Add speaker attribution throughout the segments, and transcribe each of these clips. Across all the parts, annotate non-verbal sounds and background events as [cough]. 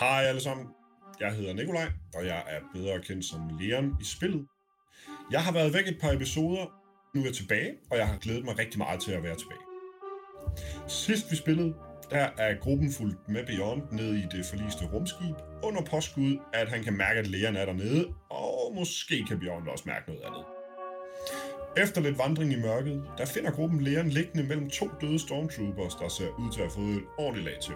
Speaker 1: Hej alle sammen. Jeg hedder Nikolaj, og jeg er bedre kendt som Leon i spillet. Jeg har været væk et par episoder, nu er jeg tilbage, og jeg har glædet mig rigtig meget til at være tilbage. Sidst vi spillede, der er gruppen fulgt med Beyond ned i det forliste rumskib, under påskud, at han kan mærke, at Leon er dernede, og måske kan Beyond også mærke noget andet. Efter lidt vandring i mørket, der finder gruppen Leon liggende mellem to døde stormtroopers, der ser ud til at få et ordentligt lag til.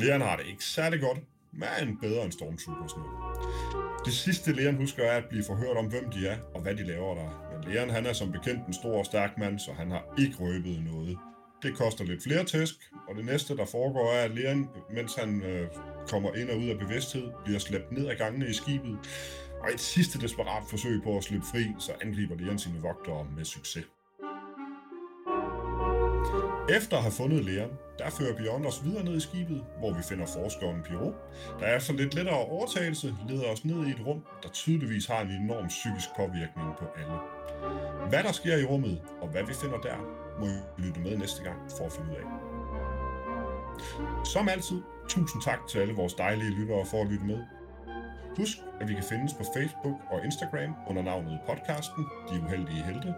Speaker 1: Leon har det ikke særlig godt, men bedre end Stormtroopers nu. Det sidste Leon husker er at blive forhørt om, hvem de er og hvad de laver der. Men Leon han er som bekendt en stor og stærk mand, så han har ikke røbet noget. Det koster lidt flere tæsk, og det næste der foregår er, at Leon, mens han øh, kommer ind og ud af bevidsthed, bliver slæbt ned ad gangene i skibet. Og i et sidste desperat forsøg på at slippe fri, så angriber Leon sine vogtere med succes. Efter at have fundet læren, der fører Beyond os videre ned i skibet, hvor vi finder forskeren Pierrot, der efter lidt lettere overtagelse leder os ned i et rum, der tydeligvis har en enorm psykisk påvirkning på alle. Hvad der sker i rummet, og hvad vi finder der, må I lytte med næste gang for at finde ud af. Som altid, tusind tak til alle vores dejlige lyttere for at lytte med. Husk, at vi kan findes på Facebook og Instagram under navnet podcasten De Uheldige Helte,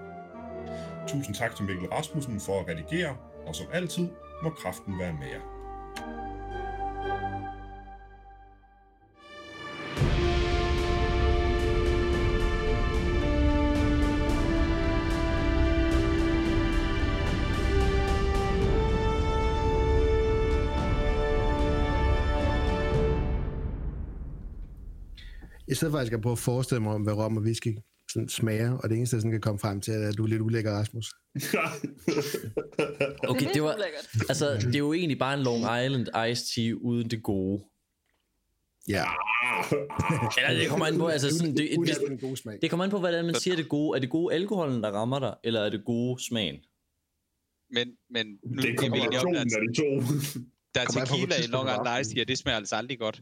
Speaker 1: Tusind tak til Mikkel Rasmussen for at redigere, og som altid må kraften være med jer.
Speaker 2: Jeg sidder faktisk og prøver at forestille mig om, hvad rom og whisky sådan smager, og det eneste, jeg sådan kan komme frem til, er, at du er lidt ulækker, Rasmus.
Speaker 3: Okay,
Speaker 4: lidt
Speaker 3: det var,
Speaker 4: ulækkert.
Speaker 3: altså, det er jo egentlig bare en Long Island Iced Tea uden det gode.
Speaker 2: Ja,
Speaker 3: Eller det kommer an på, altså sådan, det,
Speaker 2: uden
Speaker 3: det,
Speaker 2: at den gode smag.
Speaker 3: det kommer an på, hvordan man siger det gode. Er det gode alkoholen, der rammer dig, eller er det gode smagen?
Speaker 5: Men, men nu
Speaker 6: Det er
Speaker 5: det er vi enige om,
Speaker 6: kombinationen
Speaker 5: at
Speaker 6: af de to.
Speaker 5: der er
Speaker 2: Kommer an på, hvor
Speaker 5: tequila i
Speaker 2: tidspunkt
Speaker 5: Long
Speaker 2: du er
Speaker 5: Island
Speaker 2: aften.
Speaker 5: Ice, ja, det smager altså aldrig godt.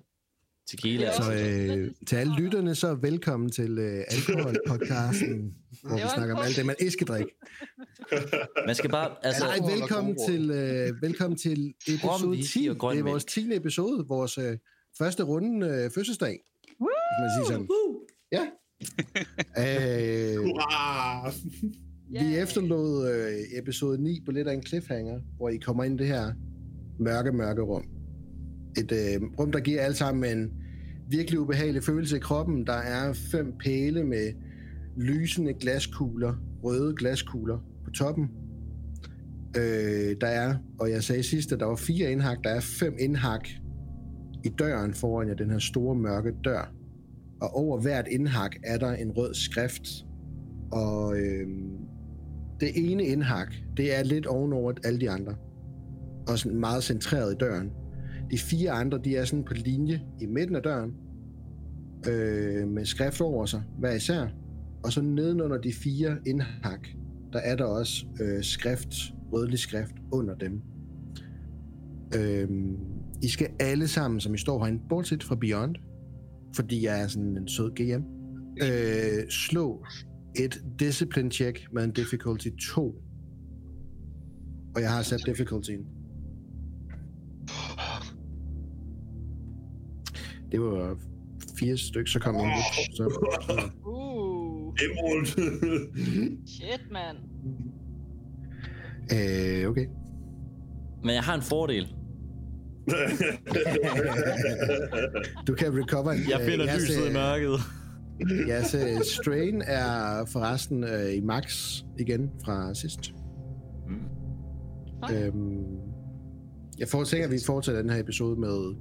Speaker 3: Tequila,
Speaker 4: Ja.
Speaker 3: altså.
Speaker 2: Så øh, til alle lytterne, så velkommen til øh, Alkoholpodcasten, hvor
Speaker 4: [laughs] Det
Speaker 2: vi
Speaker 4: var en
Speaker 2: snakker om
Speaker 4: påstand.
Speaker 2: alt det, man ikke skal drikke.
Speaker 3: Man skal bare, altså,
Speaker 2: Nej,
Speaker 6: Alkohol og
Speaker 2: velkommen
Speaker 6: gode
Speaker 2: til, øh, velkommen til
Speaker 3: [laughs] Rom,
Speaker 2: episode
Speaker 3: whisky
Speaker 2: 10.
Speaker 3: og grøn
Speaker 2: Det er vores 10. episode, vores øh, første runde øh, fødselsdag. Hvis man siger sådan. Ja. Øh,
Speaker 6: Hurra!
Speaker 2: vi efterlod øh, episode 9 på lidt af en cliffhanger, hvor I kommer ind i det her mørke, mørke rum. Et øh, rum, der giver alle sammen en virkelig ubehagelig følelse i kroppen. Der er fem pæle med lysende glaskugler, røde glaskugler på toppen. Øh, der er, og jeg sagde sidst, at der var fire indhak, der er fem indhak i døren foran jer, den her store mørke dør. Og over hvert indhak er der en rød skrift. Og øh, det ene indhak, det er lidt ovenover alle de andre. Og sådan meget centreret i døren. De fire andre, de er sådan på linje i midten af døren. Øh, med skrift over sig, hver især. Og så nedenunder de fire indhak, der er der også øh, skrift, rødlig skrift under dem. Øhm, I skal alle sammen, som I står herinde, bortset fra Beyond, fordi jeg er sådan en sød GM, øh, slå et discipline check med en difficulty 2. Og jeg har sat difficultyen. Det var fire stykker, så kom jeg ind. Så
Speaker 4: Uh,
Speaker 6: Emerald.
Speaker 4: shit, mand.
Speaker 2: Øh, okay.
Speaker 3: men jeg har en fordel.
Speaker 2: Du kan recover.
Speaker 3: Jeg
Speaker 2: Øh,
Speaker 3: finder
Speaker 2: jeres,
Speaker 3: lyset i
Speaker 2: øh,
Speaker 3: mørket.
Speaker 2: Jeres øh, strain er forresten øh, i max igen fra sidst. Mm.
Speaker 6: Øh,
Speaker 4: Okay.
Speaker 2: Øhm, jeg fortænker, at vi fortsætter den her episode med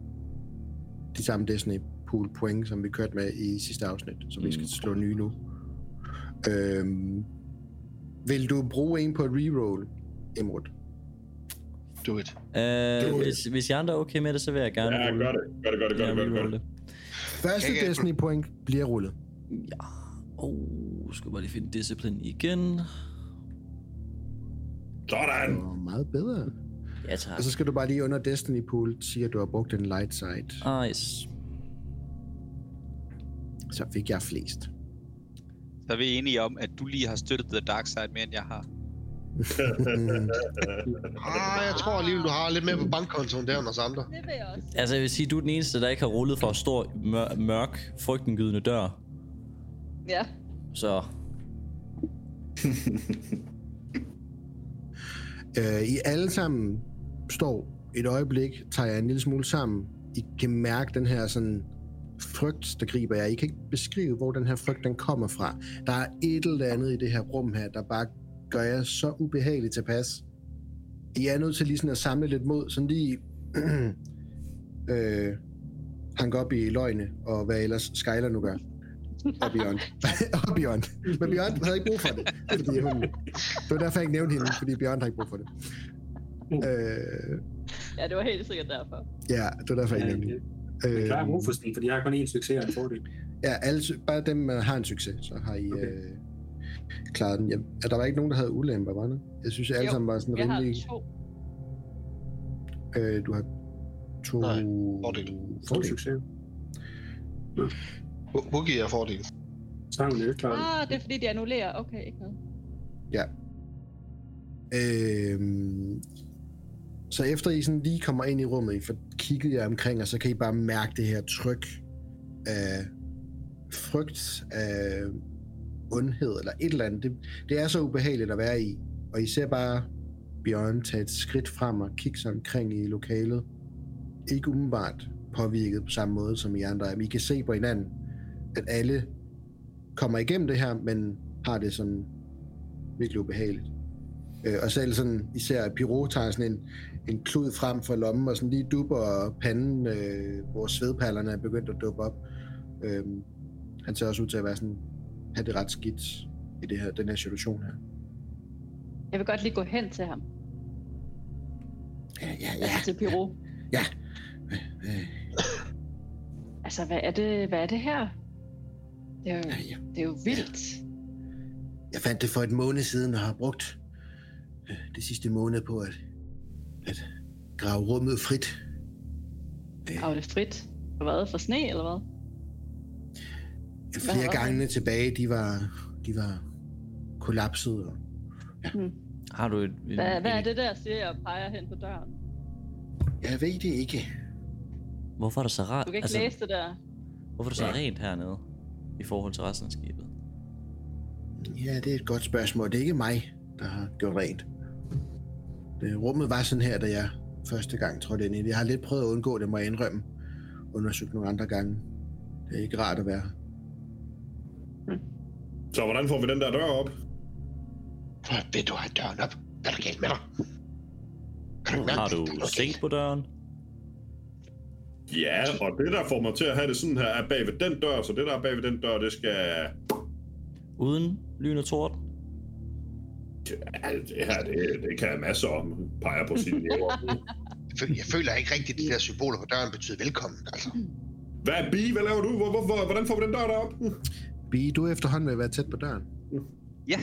Speaker 2: de samme Disney pool point, som vi kørte med i sidste afsnit, så vi
Speaker 3: Mm.
Speaker 2: skal slå nye nu. Øhm, vil du bruge en på et reroll, Imrud?
Speaker 6: Do it.
Speaker 3: Øh, hvis, hvis jeg andre er okay med det, så vil jeg gerne
Speaker 6: Ja,
Speaker 3: rulle.
Speaker 6: gør det. Gør det, gør det, gør
Speaker 3: Jeg
Speaker 6: det, gør det. Gør
Speaker 3: reroll
Speaker 6: det.
Speaker 3: det.
Speaker 2: Første
Speaker 5: Jeg kan-
Speaker 2: Disney point bliver rullet.
Speaker 3: Oh, skal bare lige finde disciplin igen.
Speaker 6: Sådan.
Speaker 2: Det var meget bedre.
Speaker 3: Ja, tak.
Speaker 2: Og så skal du bare lige under Destiny Pool sige, at du har brugt en light side.
Speaker 3: Ah, Nice.
Speaker 2: Så fik jeg flest.
Speaker 5: Så er vi enige om, at du lige har støttet The Dark Side mere, end jeg har.
Speaker 2: Øh,
Speaker 6: Ah, jeg tror alligevel, du har lidt mere på bankkontoen der end os andre.
Speaker 7: Det vil jeg også.
Speaker 3: Altså, jeg vil sige, du er den eneste, der ikke har rullet for en stor, mør- mørk, frygtindgydende dør.
Speaker 7: Ja.
Speaker 3: Så
Speaker 2: Øh, I alle sammen står et øjeblik, tager jeg en lille smule sammen. I kan mærke den her sådan frygt, der griber jer. I kan ikke beskrive, hvor den her frygt den kommer fra. Der er et eller andet i det her rum her, der bare gør jer så ubehageligt tilpas. I er nødt til lige sådan at samle lidt mod, sådan lige [clears throat] øh, hanke op i løgne, og hvad ellers Skyler nu gør. Og Bjørn. [laughs] og Bjørn. Men Bjørn havde ikke brug for det, fordi hun... Det var derfor, jeg ikke nævnte hende, fordi Bjørn har ikke brug for det. Øh,
Speaker 7: [laughs] ja, det var helt sikkert derfor.
Speaker 2: ja, det var derfor, jeg
Speaker 8: Ja,
Speaker 2: ikke nævnte
Speaker 8: det
Speaker 2: hende.
Speaker 8: det er klart
Speaker 2: Øh,
Speaker 8: brug for sådan en, fordi jeg har kun én succes og en fordel.
Speaker 2: ja, alle, sy- bare dem, der har en succes, så har I
Speaker 8: Okay.
Speaker 2: øh, klaret den. Ja, der var ikke nogen, der havde ulemper, var der? Jeg synes, at alle
Speaker 7: Jo,
Speaker 2: sammen var sådan
Speaker 7: Jeg har
Speaker 2: rimelig...
Speaker 7: to.
Speaker 2: Øh, du har to...
Speaker 6: Nej, fordele.
Speaker 8: To
Speaker 2: fordele.
Speaker 8: succes.
Speaker 6: Hu- Huggy er fordel.
Speaker 8: Så har hun jo ikke klaret
Speaker 7: Ah, det er fordi, de annullerer. Okay, ikke noget.
Speaker 2: Øhm, så efter I sådan lige kommer ind i rummet, I får kigget jer omkring, og så kan I bare mærke det her tryk af frygt, af ondhed, eller et eller andet. Det, det er så ubehageligt at være i, og I ser bare Bjørn tage et skridt frem og kigge sig omkring i lokalet. Ikke umiddelbart påvirket på samme måde som I andre er, men I kan se på hinanden, at alle kommer igennem det her, men har det sådan virkelig ubehageligt. Øh, og selv sådan, især Piro tager sådan en, en klud frem fra lommen, og sådan lige dupper panden, øh, hvor svedpallerne er begyndt at duppe op. Øh, han ser også ud til at være sådan, have det ret skidt i det her, den her situation her.
Speaker 7: Jeg vil godt lige gå hen til ham.
Speaker 2: Ja, ja,
Speaker 7: Ja. Altså til Piro.
Speaker 2: ja. Øh,
Speaker 7: Altså, hvad er det, hvad er det her? Det er jo,
Speaker 2: ja, ja.
Speaker 7: det er jo vildt.
Speaker 2: Jeg fandt det for et måned siden, og har brugt øh, det sidste måned på at, at grave rummet frit.
Speaker 7: Og det er frit. For hvad? For sne, eller hvad?
Speaker 2: Øh, Flere
Speaker 7: Hvad?
Speaker 2: gangene tilbage, de var, de var kollapset, og
Speaker 3: har du et...
Speaker 7: Hvad,
Speaker 3: et-
Speaker 7: hvad er det der, siger jeg og peger hen på døren?
Speaker 2: jeg ved det ikke.
Speaker 3: Hvorfor er der så rart?
Speaker 7: Du kan ikke altså... læse det der.
Speaker 3: Hvorfor er det så
Speaker 1: Nej.
Speaker 3: rent hernede? I forhold til resten af skibet?
Speaker 2: Ja, det er et godt spørgsmål. Det er ikke mig, der har gjort rent. Det, rummet var sådan her, da jeg første gang trådte ind i det. Jeg har lidt prøvet at undgå det, må jeg indrømme. Undersøgt nogle andre gange. Det er ikke rart at være. her.
Speaker 1: Så hvordan får vi den der dør op?
Speaker 6: Prøv, Vil du have døren op? Hvad er der galt med dig? Kan ikke mærke,
Speaker 3: Har
Speaker 6: der
Speaker 3: du
Speaker 6: er noget
Speaker 3: sænk
Speaker 6: galt?
Speaker 3: på døren?
Speaker 1: Ja, og det der får mig til at have det sådan her, er bag ved den dør, så det der er bag ved den dør, det skal...
Speaker 3: Uden lyn og torden?
Speaker 1: Ja, det her, det, det kan jeg masser om, peger på sin lever.
Speaker 6: Jeg føl- Jeg føler ikke rigtigt, at de der symboler på døren betyder velkommen. Altså.
Speaker 1: Hvad er bi? Hvad laver du? Hvor, hvor, hvor, hvordan får vi den dør derop?
Speaker 2: Bi, du er efterhånden ved at være tæt på døren.
Speaker 5: Ja.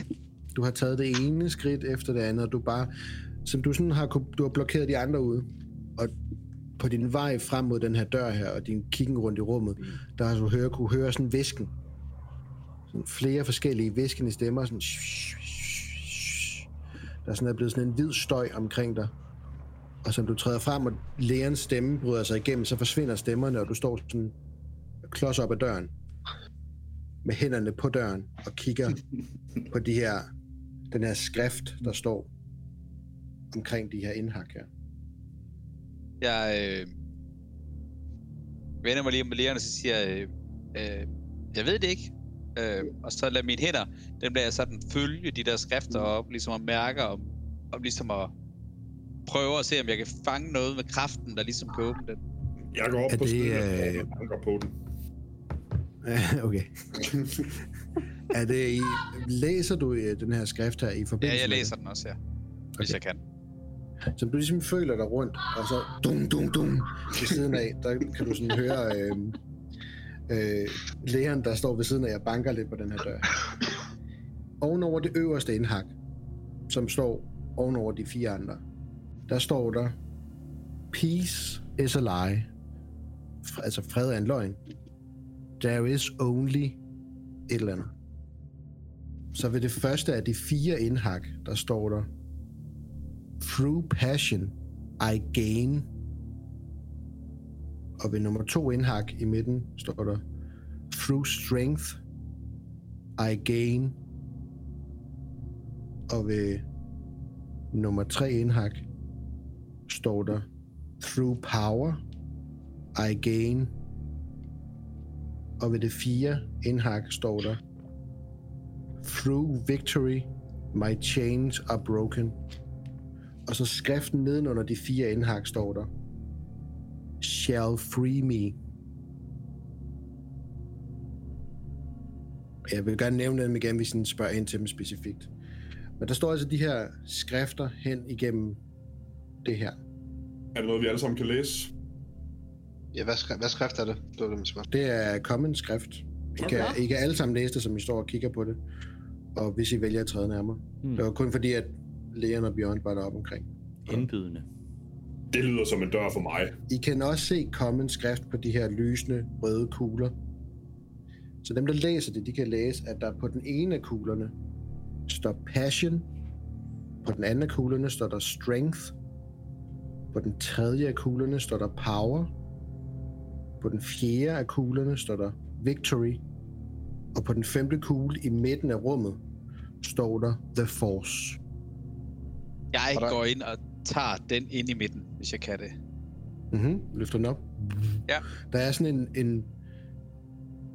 Speaker 2: Du har taget det ene skridt efter det andet, og du bare... Som du sådan har, kun- du har blokeret de andre ude. Og på din vej frem mod den her dør her, og din kiggen rundt i rummet, der har du høre, kunne høre sådan visken. Sådan flere forskellige viskende stemmer, sådan... Der sådan er blevet sådan en hvid støj omkring dig. Og som du træder frem, og lægerens stemme bryder sig igennem, så forsvinder stemmerne, og du står sådan klods op ad døren med hænderne på døren og kigger på de her, den her skrift, der står omkring de her indhak her.
Speaker 5: Jeg øh, vender mig lige om med lærerne, og så siger jeg, øh, øh, jeg ved det ikke. Øh, og så lader mine hænder, dem lader jeg sådan følge de der skrifter op, ligesom at mærke, om, om ligesom at prøve at se, om jeg kan fange noget med kraften, der ligesom kan åbne den.
Speaker 1: Jeg går op
Speaker 2: Er
Speaker 1: på
Speaker 2: det,
Speaker 1: stedet
Speaker 2: øh,
Speaker 1: og banker på den.
Speaker 2: okay. er det i, læser du øh, den her skrift her i
Speaker 5: Ja,
Speaker 2: forbindelse
Speaker 5: jeg
Speaker 2: med-
Speaker 5: læser den også, ja. Hvis
Speaker 2: Okay.
Speaker 5: jeg kan.
Speaker 2: Så du ligesom føler dig rundt, og så dum, dum, dum ved siden af, der kan du sådan høre øh, øh, lægeren, der står ved siden af og banker lidt på den her dør. Ovenover det øverste indhak, som står ovenover de fire andre, der står der, Peace is a lie. Fr- altså fred er en løgn. There is only et eller andet. Så ved det første af de fire indhak, der står der, Through passion, I gain. Og ved nummer to indhak i midten står der, Through strength, I gain. Og ved nummer tre indhak står der, Through power, I gain. Og ved det fire indhak står der, Through victory, my chains are broken. Og så skriften nedenunder de fire indhak står der, Shall free me. Jeg vil gerne nævne dem igen, hvis I spørger ind til dem specifikt. Men der står altså de her skrifter hen igennem det her.
Speaker 1: Er det noget, vi alle sammen kan læse?
Speaker 6: Ja, hvad, skri- hvad skrift er det? Det var det, man spørgsmål.
Speaker 2: Det er common skrift. I kan,
Speaker 4: Okay.
Speaker 2: I kan alle sammen læse det, som I står og kigger på det. Og hvis I vælger at træde nærmere.
Speaker 3: Mm.
Speaker 2: Det var kun fordi, at Leon og Bjørn var deroppe omkring.
Speaker 3: Indbydende.
Speaker 1: Det lyder som en dør for mig.
Speaker 2: I kan også se common skrift på de her lysende røde kugler. Så dem, der læser det, de kan læse, at der på den ene af kuglerne står passion, på den anden af kuglerne står der strength, på den tredje af kuglerne står der power, på den fjerde af kuglerne står der victory, og på den femte kugle i midten af rummet står der the force.
Speaker 5: Jeg
Speaker 6: Og der-
Speaker 5: går ind og tager den ind i midten, hvis jeg kan det.
Speaker 2: Mhm, løfter den op.
Speaker 5: Ja.
Speaker 2: Der er sådan en, en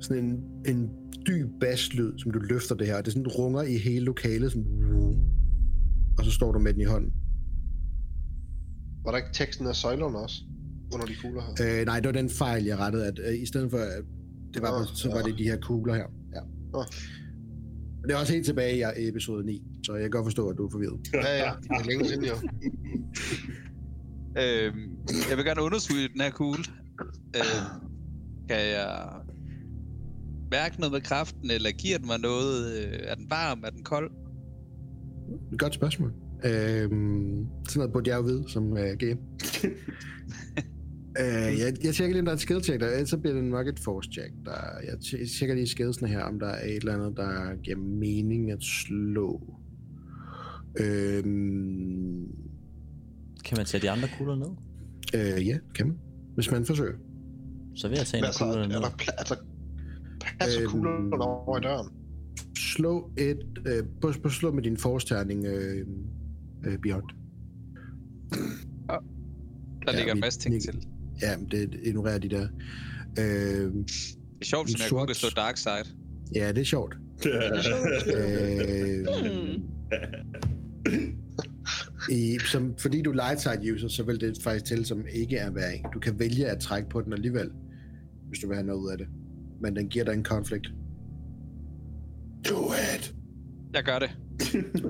Speaker 2: sådan en, en dyb basslyd, som du løfter det her, og det sådan runger i hele lokalet, sådan, og så står du med den i hånden.
Speaker 6: Var der ikke teksten af søjlerne også? Under de kugler her?
Speaker 2: Øh, nej, det var den fejl, jeg rettede, at øh, i stedet for, at det var,
Speaker 6: Åh,
Speaker 2: på, så var
Speaker 6: åh.
Speaker 2: det de her kugler her. Ja.
Speaker 6: Åh.
Speaker 2: Det er også helt tilbage i episode 9, så jeg kan godt forstå, at du er forvirret.
Speaker 1: [laughs]
Speaker 6: Ja, ja. Det er længe siden, jo.
Speaker 5: Øhm, jeg vil gerne undersøge den her kugle. Øhm, kan jeg mærke noget med kraften, eller giver den mig noget? Øh, Er den varm? Er den kold?
Speaker 2: Godt spørgsmål. Øhm, sådan noget burde jeg jo vide som uh, GM. øh, jeg, jeg tjekker lige, om der er et skade-check, der, ellers så bliver det nok et force-check. Der, jeg tje- tjekker lige skadesene her, om der er et eller andet, der giver mening at slå. Øhm,
Speaker 3: Kan man tage de andre kugler ned?
Speaker 2: øh, ja, kan man. Hvis man forsøger.
Speaker 3: Så vil jeg tage en
Speaker 6: Men
Speaker 3: af
Speaker 6: altså,
Speaker 3: kuglerne
Speaker 6: er
Speaker 3: ned.
Speaker 6: der pla- altså, passer
Speaker 2: Øhm.
Speaker 6: kuglerne over i døren?
Speaker 2: Slå et... Øh, på, på slå med din force-terning, øh, øh, Beyond.
Speaker 5: Der
Speaker 2: Ja,
Speaker 5: ja, ligger en
Speaker 2: mit-
Speaker 5: masse ting
Speaker 2: mit-
Speaker 5: til.
Speaker 2: Ja, men det ignorerer de der. Øh,
Speaker 5: Det er sjovt,
Speaker 2: en
Speaker 5: som jeg kun
Speaker 2: sort-
Speaker 5: kan slå Dark Side.
Speaker 2: ja, det er sjovt. Øh,
Speaker 4: Hmm.
Speaker 2: I, som, fordi du er lightside user, så vil det faktisk tælle som ikke er være en. Du kan vælge at trække på den alligevel, hvis du vil have noget ud af det. Men den giver dig en konflikt.
Speaker 1: Do it!
Speaker 5: Jeg gør det.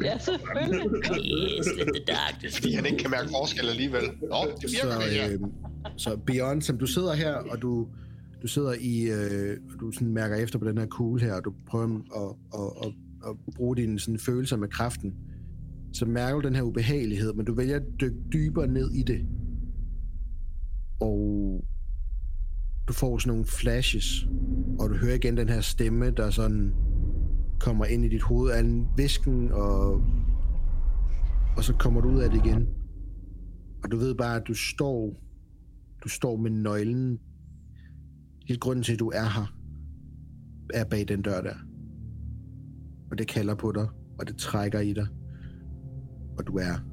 Speaker 4: Ja, selvfølgelig.
Speaker 3: Yes, let the darkness
Speaker 6: Fordi han ikke kan mærke forskel alligevel. Nå, det virker det her.
Speaker 2: Så, øh, så Beyond, som du sidder her, og du, du sidder i, øh, og du sådan mærker efter på den her kugle her, og du prøver at, at, at, at bruge dine sådan følelser med kraften, så mærker du den her ubehagelighed, men du vælger at dykke dybere ned i det. Og du får sådan nogle flashes, og du hører igen den her stemme, der sådan kommer ind i dit hoved af en visken, og, og så kommer du ud af det igen. Og du ved bare, at du står, du står med nøglen. Hele grunden til, at du er her, er bag den dør der. Og det kalder på dig, og det trækker i dig. Og du er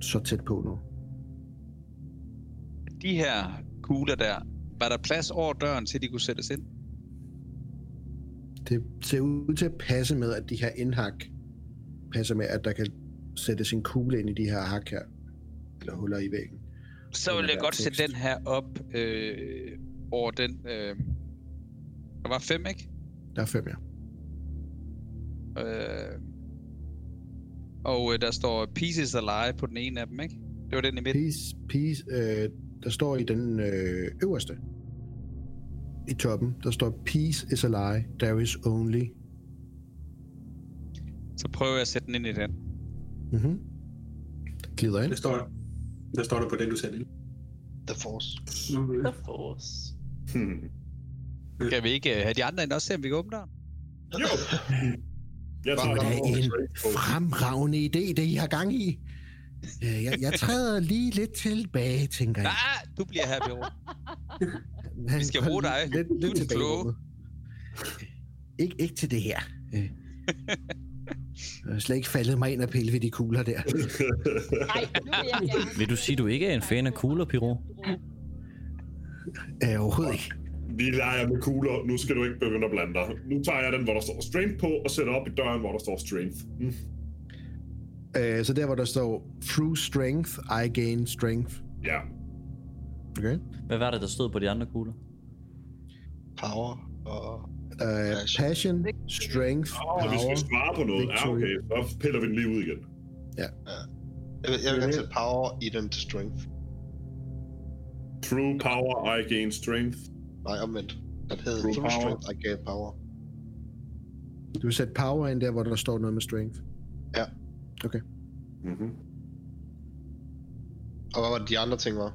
Speaker 2: så tæt på nu.
Speaker 5: De her kugler der, var der plads over døren, til de kunne sættes ind?
Speaker 2: Det ser ud til at passe med, at de her indhak passer med, at der kan sættes en kugle ind i de her hak her. Eller huller i væggen.
Speaker 5: Så
Speaker 2: Den
Speaker 5: vil
Speaker 2: er
Speaker 5: jeg
Speaker 2: der
Speaker 5: godt
Speaker 2: tekst.
Speaker 5: sætte den her op øh, over den... Øh, der var fem, ikke?
Speaker 2: Der er fem her.
Speaker 5: Øh, og øh, der står Pieces Alive på den ene af dem, ikke? Det var den i midten.
Speaker 2: Peace, peace, øh, der står i den øh, øverste, i toppen, der står, Peace is a lie, there is only.
Speaker 5: Så prøver jeg at sætte den ind i den.
Speaker 2: Mm-hmm. Glider ind.
Speaker 8: Det står, hvad står der på den, du satte ind?
Speaker 6: The Force.
Speaker 8: Nå,
Speaker 4: The
Speaker 8: ja.
Speaker 4: Force.
Speaker 1: Hmm.
Speaker 5: Skal vi ikke øh, have de andre ind også, se om vi kan åbne døren?
Speaker 1: [laughs] Jo! Jeg
Speaker 2: Det
Speaker 1: tager
Speaker 2: var da
Speaker 1: den over.
Speaker 2: en fremragende idé, det I har gang i. Øh, Jeg, jeg træder lige lidt tilbage, tænker jeg.
Speaker 5: Ah, du bliver her, Bjørn.
Speaker 2: Han
Speaker 5: vi skal
Speaker 2: kom
Speaker 5: bruge dig.
Speaker 2: Lidt,
Speaker 5: Du er
Speaker 2: lidt
Speaker 5: den
Speaker 2: tilbage i
Speaker 5: kloge.
Speaker 2: rummet. Ikke, ikke til det her. Øh. Jeg er slet ikke faldet mig ind og pille ved de kugler [laughs] der.
Speaker 4: Nej, nu vil jeg gerne.
Speaker 3: Vil du sige, du ikke er en fan af kugler, Piro?
Speaker 2: Øh, overhovedet ikke.
Speaker 1: [laughs] Vi leger med kugler, nu skal du ikke begynde at blande dig. Nu tager jeg den, hvor der står strength på, og sætter op i døren, hvor der står strength. Mm.
Speaker 2: Øh, så der, hvor der står, through strength, I gain strength.
Speaker 1: Ja,
Speaker 2: Okay.
Speaker 3: Hvad var det, der stod på de andre kugler?
Speaker 6: Power og...
Speaker 2: Øh, passion, strength,
Speaker 1: og vi
Speaker 2: power.
Speaker 1: skal svare på noget. Ja,
Speaker 2: victory.
Speaker 1: okay, så piller vi den lige ud igen.
Speaker 6: Jeg vil, jeg vil gerne sætte power i den til strength.
Speaker 1: True power, I gain strength.
Speaker 6: Nej, omvendt. Den hed
Speaker 1: True
Speaker 6: True
Speaker 1: power.
Speaker 6: Strength, I gain power.
Speaker 2: Du vil sætte power ind der, hvor der står noget med strength. Mhm.
Speaker 1: Mm-hmm.
Speaker 6: Og hvad var det, de andre ting var?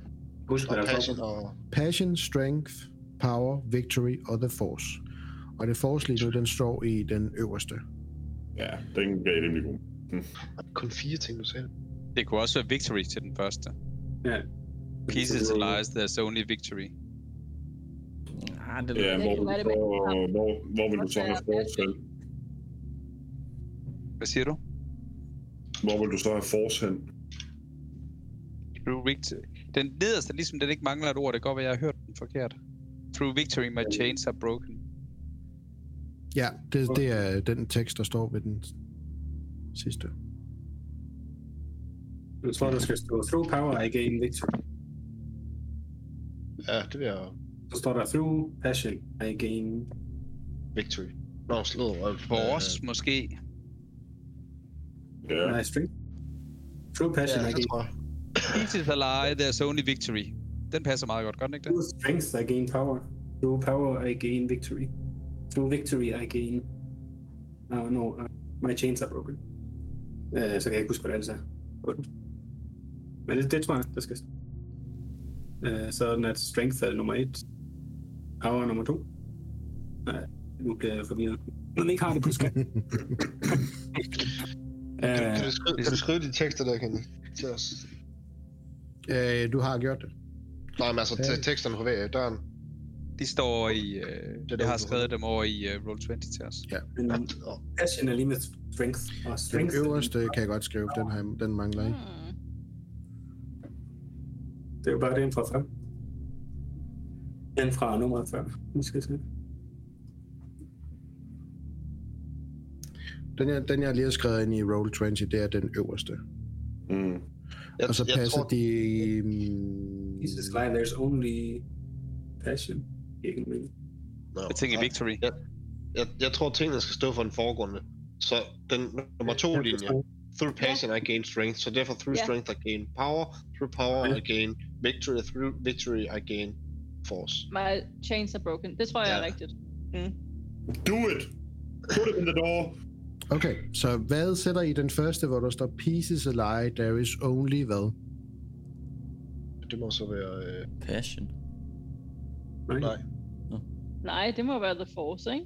Speaker 8: Husk,
Speaker 6: Og
Speaker 8: hvad der er altså
Speaker 6: passion
Speaker 8: for.
Speaker 6: og...
Speaker 2: Passion, strength, power, victory og the force. Og det force lige nu, den står i den øverste.
Speaker 1: Ja, den gav nemlig god.
Speaker 6: Var det Kun fire ting, du sagde.
Speaker 5: [laughs] Det kunne også være victory til den første.
Speaker 8: Ja.
Speaker 5: Pieces to lies, there's only victory.
Speaker 3: Nej, det
Speaker 1: Ja, hvor,
Speaker 4: kan være det,
Speaker 1: hvor, hvor, hvor vil du så have forskel?
Speaker 5: Hvad siger du?
Speaker 1: Hvor vil du så have force hen?
Speaker 5: True victory. Den nederste, ligesom den ikke mangler et ord, det kan godt være, jeg har hørt den forkert. Through victory, my chains are broken.
Speaker 2: Ja, det, det er den tekst, der står ved den sidste. [laughs]
Speaker 8: Jeg tror, der skal stå through power I gain victory.
Speaker 6: Ja, det vil jeg...
Speaker 8: Så står der through passion I gain.
Speaker 6: Victory. Nå, slå. øh,
Speaker 5: Vores,
Speaker 6: øh,
Speaker 5: måske.
Speaker 1: Ja,
Speaker 8: Nej, strength. Through
Speaker 6: Ja,
Speaker 8: passion I
Speaker 6: det
Speaker 8: gain.
Speaker 6: tror jeg.
Speaker 5: Pieces to lie, there's only victory. Den passer meget godt, gør den ikke det?
Speaker 8: Through strength I gain power. Through power I gain victory. Through victory I gain... Uh, no, uh, my chains are broken. Uh, så kan jeg ikke huske, hvad det ellers er. På den. Men det, det tror jeg, der skal stå. Uh, sådan at strength er nummer et. Power er nummer to. Nej, nu bliver jeg forvirret. Når man ikke har det på skrift.
Speaker 2: [laughs]
Speaker 6: Kan, kan,
Speaker 8: Øh,
Speaker 6: du skrive, kan du skrive de tekster der, Kenny? Til os.
Speaker 2: øh, du har gjort det.
Speaker 6: Nej, men altså til teksterne på vej døren.
Speaker 5: De står i... Øh,
Speaker 6: er
Speaker 5: jeg har
Speaker 6: der, du
Speaker 5: skrevet dem over i øh, Roll20 til os.
Speaker 8: men
Speaker 6: Og
Speaker 8: passion er lige med strength. Og
Speaker 2: Den
Speaker 8: strength
Speaker 2: øverste kan jeg godt skrive, den, her, den mangler ikke.
Speaker 4: Hmm.
Speaker 8: Det er jo bare den fra før. Den fra nummeret før. Nu skal jeg se.
Speaker 2: Den, jeg, den, jeg lige har skrevet ind i Roll20, det er den øverste.
Speaker 1: mm.
Speaker 6: jeg,
Speaker 2: Og så
Speaker 6: jeg
Speaker 2: passer
Speaker 6: tror,
Speaker 2: de... mm,
Speaker 8: Jesus Christ, there's only passion. Ikke en mening.
Speaker 6: Nå,
Speaker 5: Jeg tænker
Speaker 6: nej.
Speaker 5: victory.
Speaker 6: jeg, jeg tror, tingene skal stå for den foregående. Så den nummer to linje, through passion I gain strength, så derfor through
Speaker 4: Ja.
Speaker 6: strength I gain power, through power
Speaker 8: Ja.
Speaker 6: I gain victory, through victory I gain force.
Speaker 4: My chains are broken. Det tror jeg er
Speaker 6: Ja.
Speaker 4: rigtigt.
Speaker 1: Do it! Put it in the door!
Speaker 2: Okay, så hvad sætter I den første, hvor der står Pieces a lie, there is only hvad?
Speaker 6: Det må så være... Øh,
Speaker 3: Passion.
Speaker 6: nej.
Speaker 4: Nej, det må være The Force, ikke?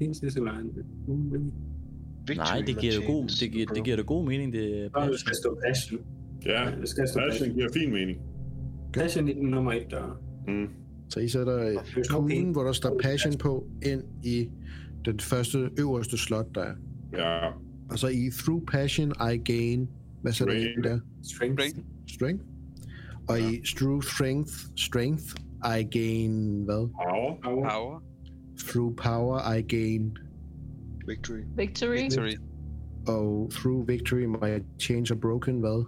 Speaker 8: Jesus Christ.
Speaker 6: Victory,
Speaker 3: Nej, det giver da
Speaker 6: Martinez,
Speaker 3: god, det giver, det
Speaker 6: bro.
Speaker 3: giver da god mening, det er
Speaker 8: Bare du
Speaker 3: passion.
Speaker 8: skal stå passion.
Speaker 1: Ja,
Speaker 8: Det skal stå
Speaker 1: passion
Speaker 8: passion.
Speaker 1: giver fin mening.
Speaker 8: Passion i den nummer et dør.
Speaker 1: Mm.
Speaker 2: Så I sætter
Speaker 8: Okay.
Speaker 2: kuglen, hvor der står Passion på, ind i den første øverste slot, der er.
Speaker 1: Ja,
Speaker 2: Og så i Through Passion I Gain, hvad sætter I ind der?
Speaker 8: Strength.
Speaker 5: Strength.
Speaker 2: Strength. Og i Through Strength, Strength I Gain hvad?
Speaker 1: power.
Speaker 8: Power.
Speaker 5: Power.
Speaker 2: Through Power I Gain
Speaker 6: Victory.
Speaker 4: Victory.
Speaker 5: Victory.
Speaker 2: Og through victory my chains are broken, hvad?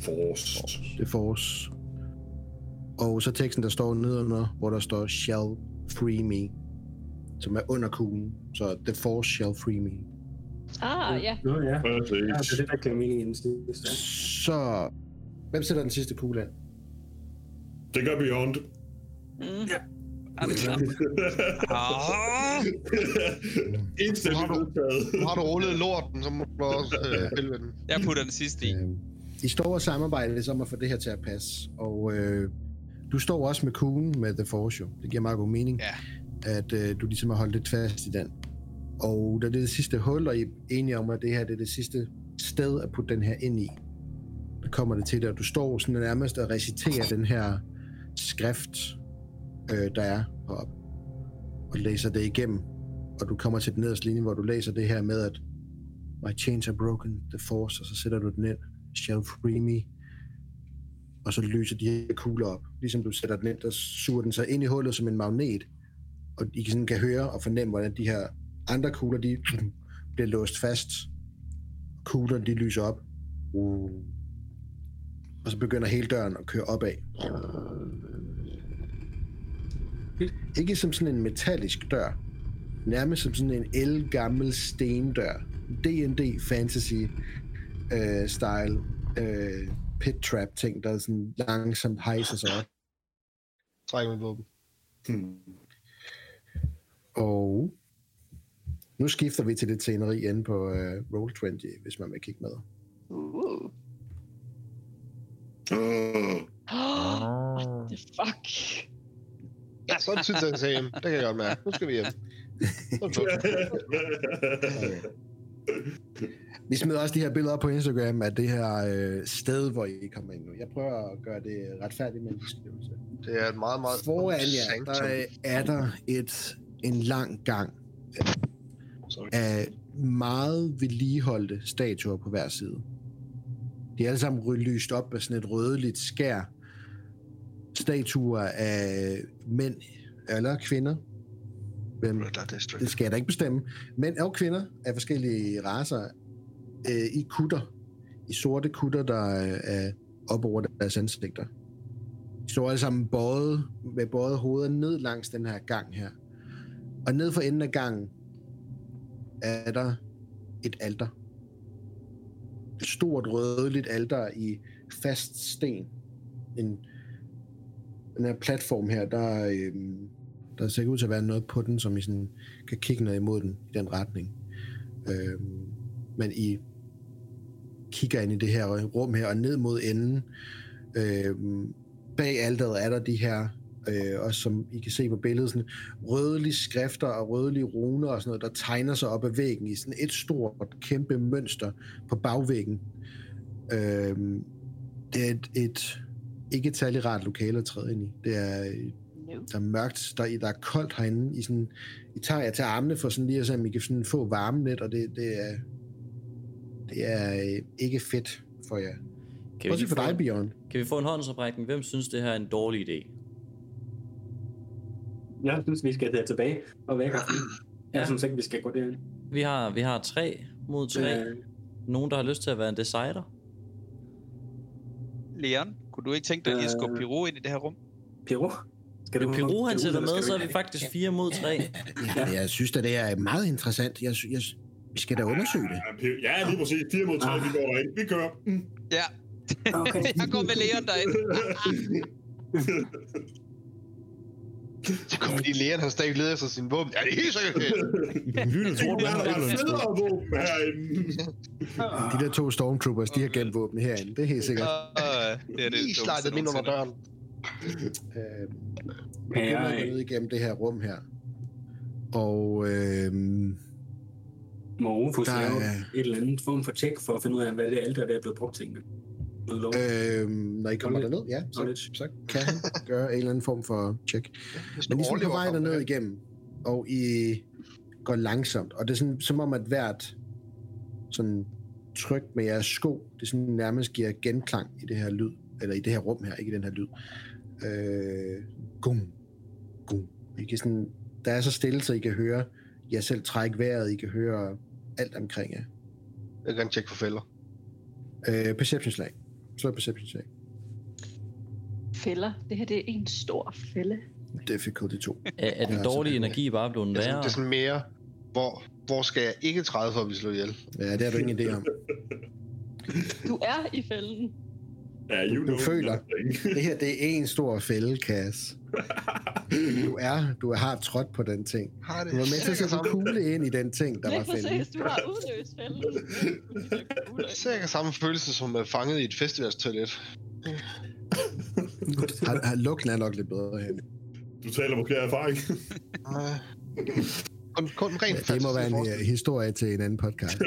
Speaker 1: Force.
Speaker 2: Det er force. Og så teksten, der står nedenunder, hvor der står, shall free me. Som er under kuglen. Så the force shall free me.
Speaker 4: Ah, ja.
Speaker 8: Nå ja. Ja, det
Speaker 1: Præcis.
Speaker 8: er det, der giver mening i den sidste.
Speaker 2: Så... Hvem sætter den sidste kugle ind?
Speaker 1: Det gør Beyond.
Speaker 4: Mm.
Speaker 5: Ah, det er klart.
Speaker 1: [laughs]
Speaker 5: Ah,
Speaker 1: Enstemmigt
Speaker 6: Nu har du-
Speaker 1: vedtaget.
Speaker 6: Nu har du rullet lorten, så må
Speaker 2: [laughs]
Speaker 6: du også øh, hælde den.
Speaker 5: Jeg putter den sidste i.
Speaker 2: Øhm, I står og samarbejder om at få det her til at passe. Og øh, du står også med kuglen med The Force, jo. Det giver meget god mening,
Speaker 5: Ja.
Speaker 2: at øh, du ligesom har holdt lidt fast i den. Og da det er det sidste hul, og I er enige om, at det her det er det sidste sted at putte den her ind i. Der kommer det til dig, og du står sådan nærmest og reciterer den her skrift, øh, der er heroppe, og læser det igennem. Og du kommer til den nederste linje, hvor du læser det her med, at My chains are broken, the force, og så sætter du den ind, shall free me, og så lyser de her kugler op. Ligesom du sætter den ind, der suger den sig ind i hullet som en magnet, og I sådan kan høre og fornemme, hvordan de her andre kugler, de [clears throat] bliver låst fast. Kuglerne, de lyser op. Og så begynder hele døren at køre opad. Ikke som sådan en metallisk dør. Nærmest som sådan en elgammel stendør. D&D fantasy øh, style øh, pit trap ting, der sådan langsomt hejser sig op.
Speaker 6: Træk mit våben.
Speaker 2: Hmm. Og nu skifter vi til det tæneri inde på øh, Roll20, hvis man vil kigge med.
Speaker 4: Uh.
Speaker 6: Uh.
Speaker 4: What the fuck?
Speaker 6: Ja, sådan synes jeg, han sagde. Det kan jeg godt mærke. Nu skal vi hjem.
Speaker 2: [laughs] Vi smider også de her billeder op på Instagram af det her øh, sted, hvor I kommer ind nu. Jeg prøver at gøre det retfærdigt med en beskrivelse.
Speaker 6: Det er et meget, meget...
Speaker 2: Foran jer, der øh, er der et, en lang gang
Speaker 6: Sorry.
Speaker 2: af meget vedligeholdte statuer på hver side. De er alle sammen ry- lyst op af sådan et rødligt skær. Statuer af mænd eller kvinder. Hvem
Speaker 6: Riddler District.
Speaker 2: det skal jeg da ikke bestemme. Mænd og kvinder af forskellige raser øh, i kutter. I sorte kutter, der øh, er op over deres ansigter. De står alle sammen bøjet, med bøjet hoveder ned langs den her gang her. Og ned for enden af gangen er der et alter. Et stort rødligt alter i fast sten. En, den her platform her, der, øh, der ser ikke ud til at være noget på den, som I sådan kan kigge ned imod den i den retning. Øh, men I kigger ind i det her rum her, og ned mod enden, øh, bag alderet er der de her, øh, også som I kan se på billedet, sådan rødlige skrifter og rødlige runer og sådan noget, der tegner sig op ad væggen i sådan et stort, kæmpe mønster på bagvæggen. Øh, det er et, et ikke et særlig rart lokale at træde ind i. Det er
Speaker 4: No.
Speaker 2: der er mørkt, der, der er koldt herinde. I, sådan, I tager jeg tager armene for sådan lige at se, om I kan sådan få varmen lidt, og det, det er, det er øh, ikke fedt for jer.
Speaker 3: Kan vi,
Speaker 2: Også
Speaker 3: lige
Speaker 2: for
Speaker 3: få,
Speaker 2: dig, Bjørn.
Speaker 3: kan vi få en håndsoprækning? Hvem synes, det her er en dårlig idé?
Speaker 8: Jeg synes, vi skal der tilbage og væk.
Speaker 3: Ah.
Speaker 8: Jeg synes ikke, vi skal gå derind.
Speaker 3: Vi har, vi har tre mod tre.
Speaker 8: Øh,
Speaker 3: Nogen, der har lyst til at være en decider.
Speaker 5: Leon, kunne du ikke tænke dig lige at skubbe
Speaker 8: Øh.
Speaker 5: Piro ind i det her rum?
Speaker 8: Peru? Skal
Speaker 3: Hvis Peru han
Speaker 8: Peru,
Speaker 3: sætter
Speaker 8: eller
Speaker 3: med,
Speaker 8: skal
Speaker 3: så
Speaker 8: vi-
Speaker 3: er vi faktisk fire mod tre.
Speaker 2: Ja, jeg synes, at det er meget interessant. Jeg, sy- jeg, sy- vi skal da undersøge det.
Speaker 1: Ja, P- [laughs] Ja, lige præcis. 4 mod 3, vi går derind. Vi kører. Mm.
Speaker 5: Ja,
Speaker 3: [laughs]
Speaker 8: Okay.
Speaker 5: jeg går med Leon derind.
Speaker 6: Så kommer de lægerne, han stadig leder efter sin våben. Ja, det er helt sikkert.
Speaker 2: [laughs]
Speaker 1: Jeg tror, du har et federe våben herinde.
Speaker 2: De der to stormtroopers, de har gemt våben herinde. Det er helt sikkert.
Speaker 5: Åh, øh, det er det
Speaker 6: Lige slejtet ind under døren.
Speaker 2: Øh,
Speaker 8: Ja,
Speaker 2: begynder at gå
Speaker 8: jeg
Speaker 2: ned igennem det her rum her. Og øhm,
Speaker 8: må Rufus
Speaker 2: Der er-
Speaker 8: lave et eller andet form for tjek for at finde ud af, hvad det alter, der er blevet brugt til. Noget lov.
Speaker 3: Øh,
Speaker 2: øhm, når I kommer
Speaker 8: Knowledge.
Speaker 2: derned, ja, så,
Speaker 8: Knowledge.
Speaker 2: så kan han gøre en eller anden form for check.
Speaker 6: Hvis
Speaker 2: Men I er sådan på
Speaker 6: overlever
Speaker 2: vej
Speaker 6: ham,
Speaker 2: derned
Speaker 6: han-
Speaker 2: igennem, og I går langsomt. Og det er sådan, som om, at hvert sådan tryk med jeres sko, det sådan nærmest giver genklang i det her lyd, eller i det her rum her, ikke i den her lyd. Øh, gung, gung. I kan sådan, der er så stille, så I kan høre jer selv trække vejret, I kan høre alt omkring jer.
Speaker 6: Jeg kan tjekke for fælder.
Speaker 2: Øh, perception slag. Slå et perception slag.
Speaker 4: Fælder. Det her, det er en stor fælde.
Speaker 2: Difficulty 2.
Speaker 3: Er, er den dårlige energi bare blevet
Speaker 6: Det er, sådan,
Speaker 3: værre?
Speaker 6: det er sådan mere, hvor, hvor skal jeg ikke træde for at blive slået ihjel?
Speaker 2: Ja, det har du ingen idé om.
Speaker 4: Du er i fælden.
Speaker 1: Ja, you
Speaker 2: Du
Speaker 1: know.
Speaker 2: føler.
Speaker 1: nothing.
Speaker 2: [laughs] Det her, det er en stor fældekasse. Du er, du har trådt på den ting.
Speaker 6: Har det
Speaker 2: Du var med til at sætte en kugle ind i den ting, der
Speaker 4: Lige
Speaker 2: var fælden.
Speaker 4: præcis, du har udløst
Speaker 2: [laughs]
Speaker 4: fælden.
Speaker 6: Cirka samme følelse som at fanget i et festivalstoilet.
Speaker 2: Har, har lugten er nok lidt bedre hen.
Speaker 1: [laughs] Du taler på flere erfaring.
Speaker 6: Nej. Kun, kun rent
Speaker 2: Ja, det må
Speaker 6: fantasy
Speaker 2: være en
Speaker 6: forestil
Speaker 2: øh, historie til en anden podcast.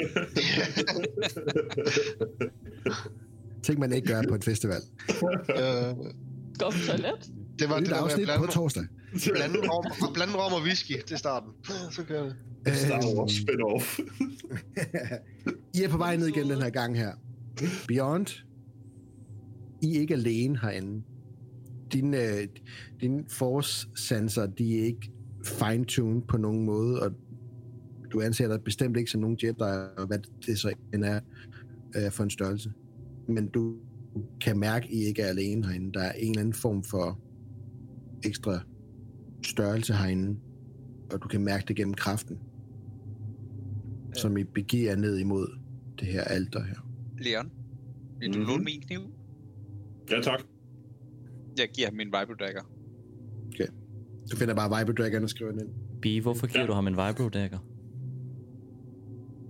Speaker 2: Ting, man ikke gør på et festival.
Speaker 6: dig. [laughs] Øh,
Speaker 4: Gå på
Speaker 2: [laughs]
Speaker 4: toilet.
Speaker 6: det var det,
Speaker 2: Nyt
Speaker 6: der med at
Speaker 2: afsnit
Speaker 6: blande,
Speaker 2: på torsdag.
Speaker 6: blande, rom, blande rom og whisky til starten. Så kører det.
Speaker 1: Star
Speaker 2: Øh,
Speaker 1: Wars spin-off.
Speaker 2: [laughs] I er på vej ned igen den her gang her. Beyond, I er ikke alene herinde. Din, øh, din force sensor, de er ikke fine-tuned på nogen måde, og du anser dig bestemt ikke som nogen jet, og hvad det så end er øh, for en størrelse. Men du kan mærke, at I ikke er alene herinde. Der er en eller anden form for ekstra størrelse herinde, og du kan mærke det gennem kraften som I begiver jer ned imod det her alter her.
Speaker 5: Leon, vil du
Speaker 1: Mhm.
Speaker 5: låne min kniv?
Speaker 1: Ja, tak.
Speaker 5: Jeg giver ham min vibro dagger.
Speaker 2: Du finder bare Viper Dragon og skriver den ind.
Speaker 3: Bi, hvorfor giver
Speaker 1: Ja.
Speaker 3: du ham en vibro dagger?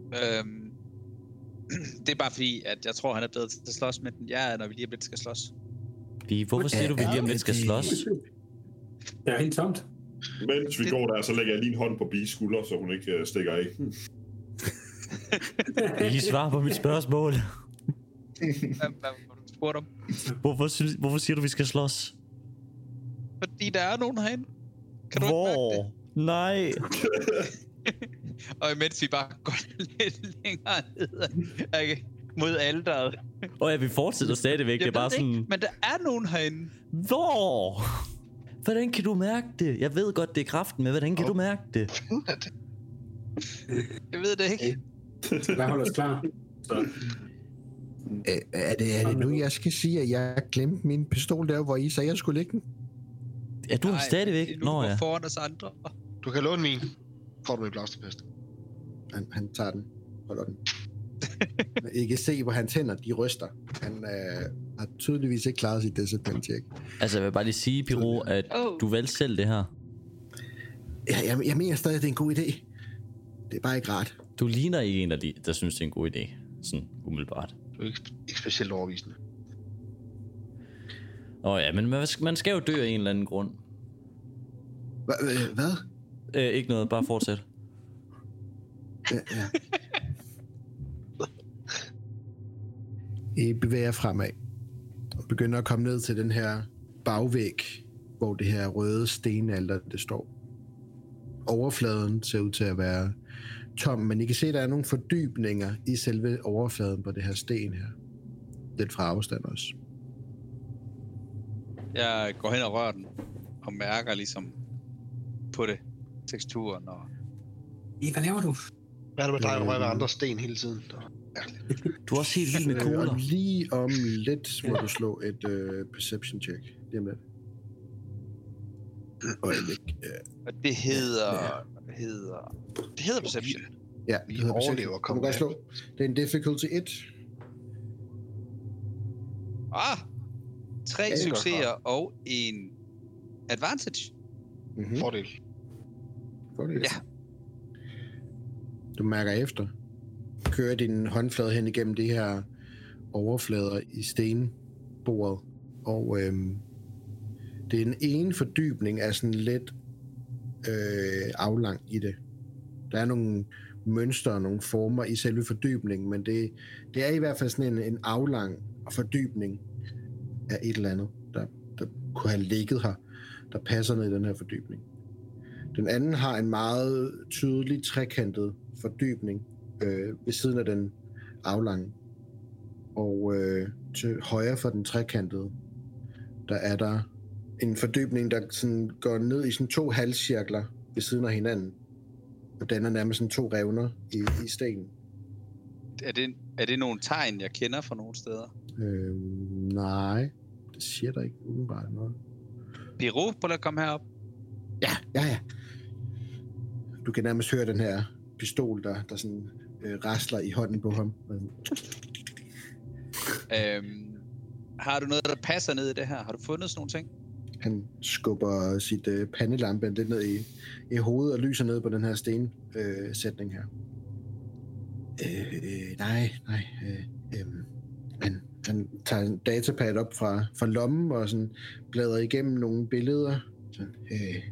Speaker 5: Øhm, [clears throat] det er bare fordi, at jeg tror, han er bedre til at slås med den. Jeg er, når vi lige om lidt skal slås.
Speaker 3: Bi, hvorfor siger du, vi lige om lidt skal slås?
Speaker 8: Det er helt tomt.
Speaker 1: Mens vi
Speaker 5: Det-
Speaker 1: går der, så lægger jeg lige en hånd på Bies skulder, så hun ikke øh, stikker af. [laughs]
Speaker 3: Bi,
Speaker 8: [laughs]
Speaker 3: svar på mit spørgsmål.
Speaker 5: Hvad, hvad, hvad du spurgte om?
Speaker 3: Hvorfor, sy- hvorfor siger du, vi skal slås?
Speaker 5: Fordi der er nogen herinde. Kan du
Speaker 3: Hvor?
Speaker 5: ikke mærke det?
Speaker 3: Nej.
Speaker 5: Og imens vi bare [laughs] går lidt længere ned okay, mod alderet.
Speaker 3: Og ja, vi fortsætter stadigvæk. Det
Speaker 5: Jeg
Speaker 3: er bare
Speaker 5: ved
Speaker 3: sådan...
Speaker 5: ikke, men der er nogen herinde.
Speaker 3: Hvor? Hvordan kan du mærke det? Jeg ved godt, det er kraften, men hvordan kan du mærke det?
Speaker 2: [laughs]
Speaker 5: Jeg ved det ikke.
Speaker 8: Så bare hold os klar. Så.
Speaker 2: Øh, er, det, er det nu, jeg skal sige, at jeg glemte min pistol der, hvor I sagde, jeg skulle lægge den?
Speaker 3: Er du her
Speaker 5: Nej,
Speaker 3: stadigvæk?
Speaker 5: det er
Speaker 3: Nå
Speaker 5: Nu
Speaker 3: ja.
Speaker 5: ja. foran os andre.
Speaker 6: Du kan låne min. Får du min blasterpest?
Speaker 2: Han, han tager den. Holder [laughs] den. I kan se, hvor hans hænder, de ryster. Han øh, har tydeligvis ikke klaret sit discipline check.
Speaker 3: Altså, jeg vil bare lige sige, Piro, at
Speaker 4: Oh.
Speaker 3: du valgte selv det her.
Speaker 2: Ja, jeg, jeg mener stadig, at det er en god idé. Det er bare ikke rart.
Speaker 3: Du ligner ikke en af de, der synes, det er en god idé. Sådan umiddelbart.
Speaker 6: Du er ikke, ikke specielt overvisende.
Speaker 3: Åh ja, men man skal- man skal jo dø af en eller anden grund.
Speaker 2: Hva, øh, hvad?
Speaker 3: Øh, ikke noget, bare fortsæt.
Speaker 2: Ja, ja. I bevæger jer fremad og begynder at komme ned til den her bagvæg, hvor det her røde stenalter, det står. Overfladen ser ud til at være tom, men I kan se, at der er nogle fordybninger i selve overfladen på det her sten her. Lidt fra afstand også.
Speaker 5: Jeg går hen og rører den. Og mærker ligesom på det. Teksturen og...
Speaker 8: I, hvad laver du?
Speaker 6: Hvad er det med dig, der rører ved andre sten hele tiden?
Speaker 3: Du er også helt vild med
Speaker 2: Øh,
Speaker 3: kugler.
Speaker 2: og lige om lidt må du slå et øh, perception check. Lige om lidt. Øjeblik. Øh,
Speaker 5: Og det hedder... Ja. hedder... Det hedder Perception.
Speaker 2: Ja,
Speaker 6: Vi
Speaker 2: det hedder
Speaker 6: overlever,
Speaker 2: besætning.
Speaker 6: kom
Speaker 2: Kan man godt
Speaker 6: med.
Speaker 2: slå. Det er en difficulty 1.
Speaker 5: Ah! Tre
Speaker 2: det er godt.
Speaker 5: succeser og en advantage.
Speaker 2: Mm-hmm.
Speaker 6: Fordel.
Speaker 2: det.
Speaker 5: Ja.
Speaker 2: Du mærker efter. Kører din håndflade hen igennem de her overflader i stenbordet. Og øhm, det er en ene fordybning er sådan lidt øh, aflang i det. Der er nogle mønstre og nogle former i selve fordybningen, men det, det er i hvert fald sådan en, en aflang fordybning af et eller andet, der, der kunne have ligget her, der passer ned i den her fordybning. Den anden har en meget tydelig trekantet fordybning øh, ved siden af den aflange. Og øh, til højre for den trekantede, der er der en fordybning, der sådan går ned i sådan to halvcirkler ved siden af hinanden. Og danner nærmest sådan to revner i, i stenen.
Speaker 5: Er det, er det nogle tegn, jeg kender fra nogle steder?
Speaker 2: Øh, nej, det siger der ikke udenbart noget.
Speaker 5: Piro, prøv lige at komme herop.
Speaker 2: Ja, ja, ja. Du kan nærmest høre den her pistol, der, der sådan øh, rasler i hånden på ham.
Speaker 5: Øhm, har du noget, der passer ned i det her? Har du fundet sådan nogle ting?
Speaker 2: Han skubber sit øh, pandelampe lidt ned i, i hovedet og lyser ned på den her stensætning øh, sætning her. Øh, øh, nej, nej. Øh, øh, han, han tager en datapad op fra, fra lommen og sådan bladrer igennem nogle billeder. Så, øh,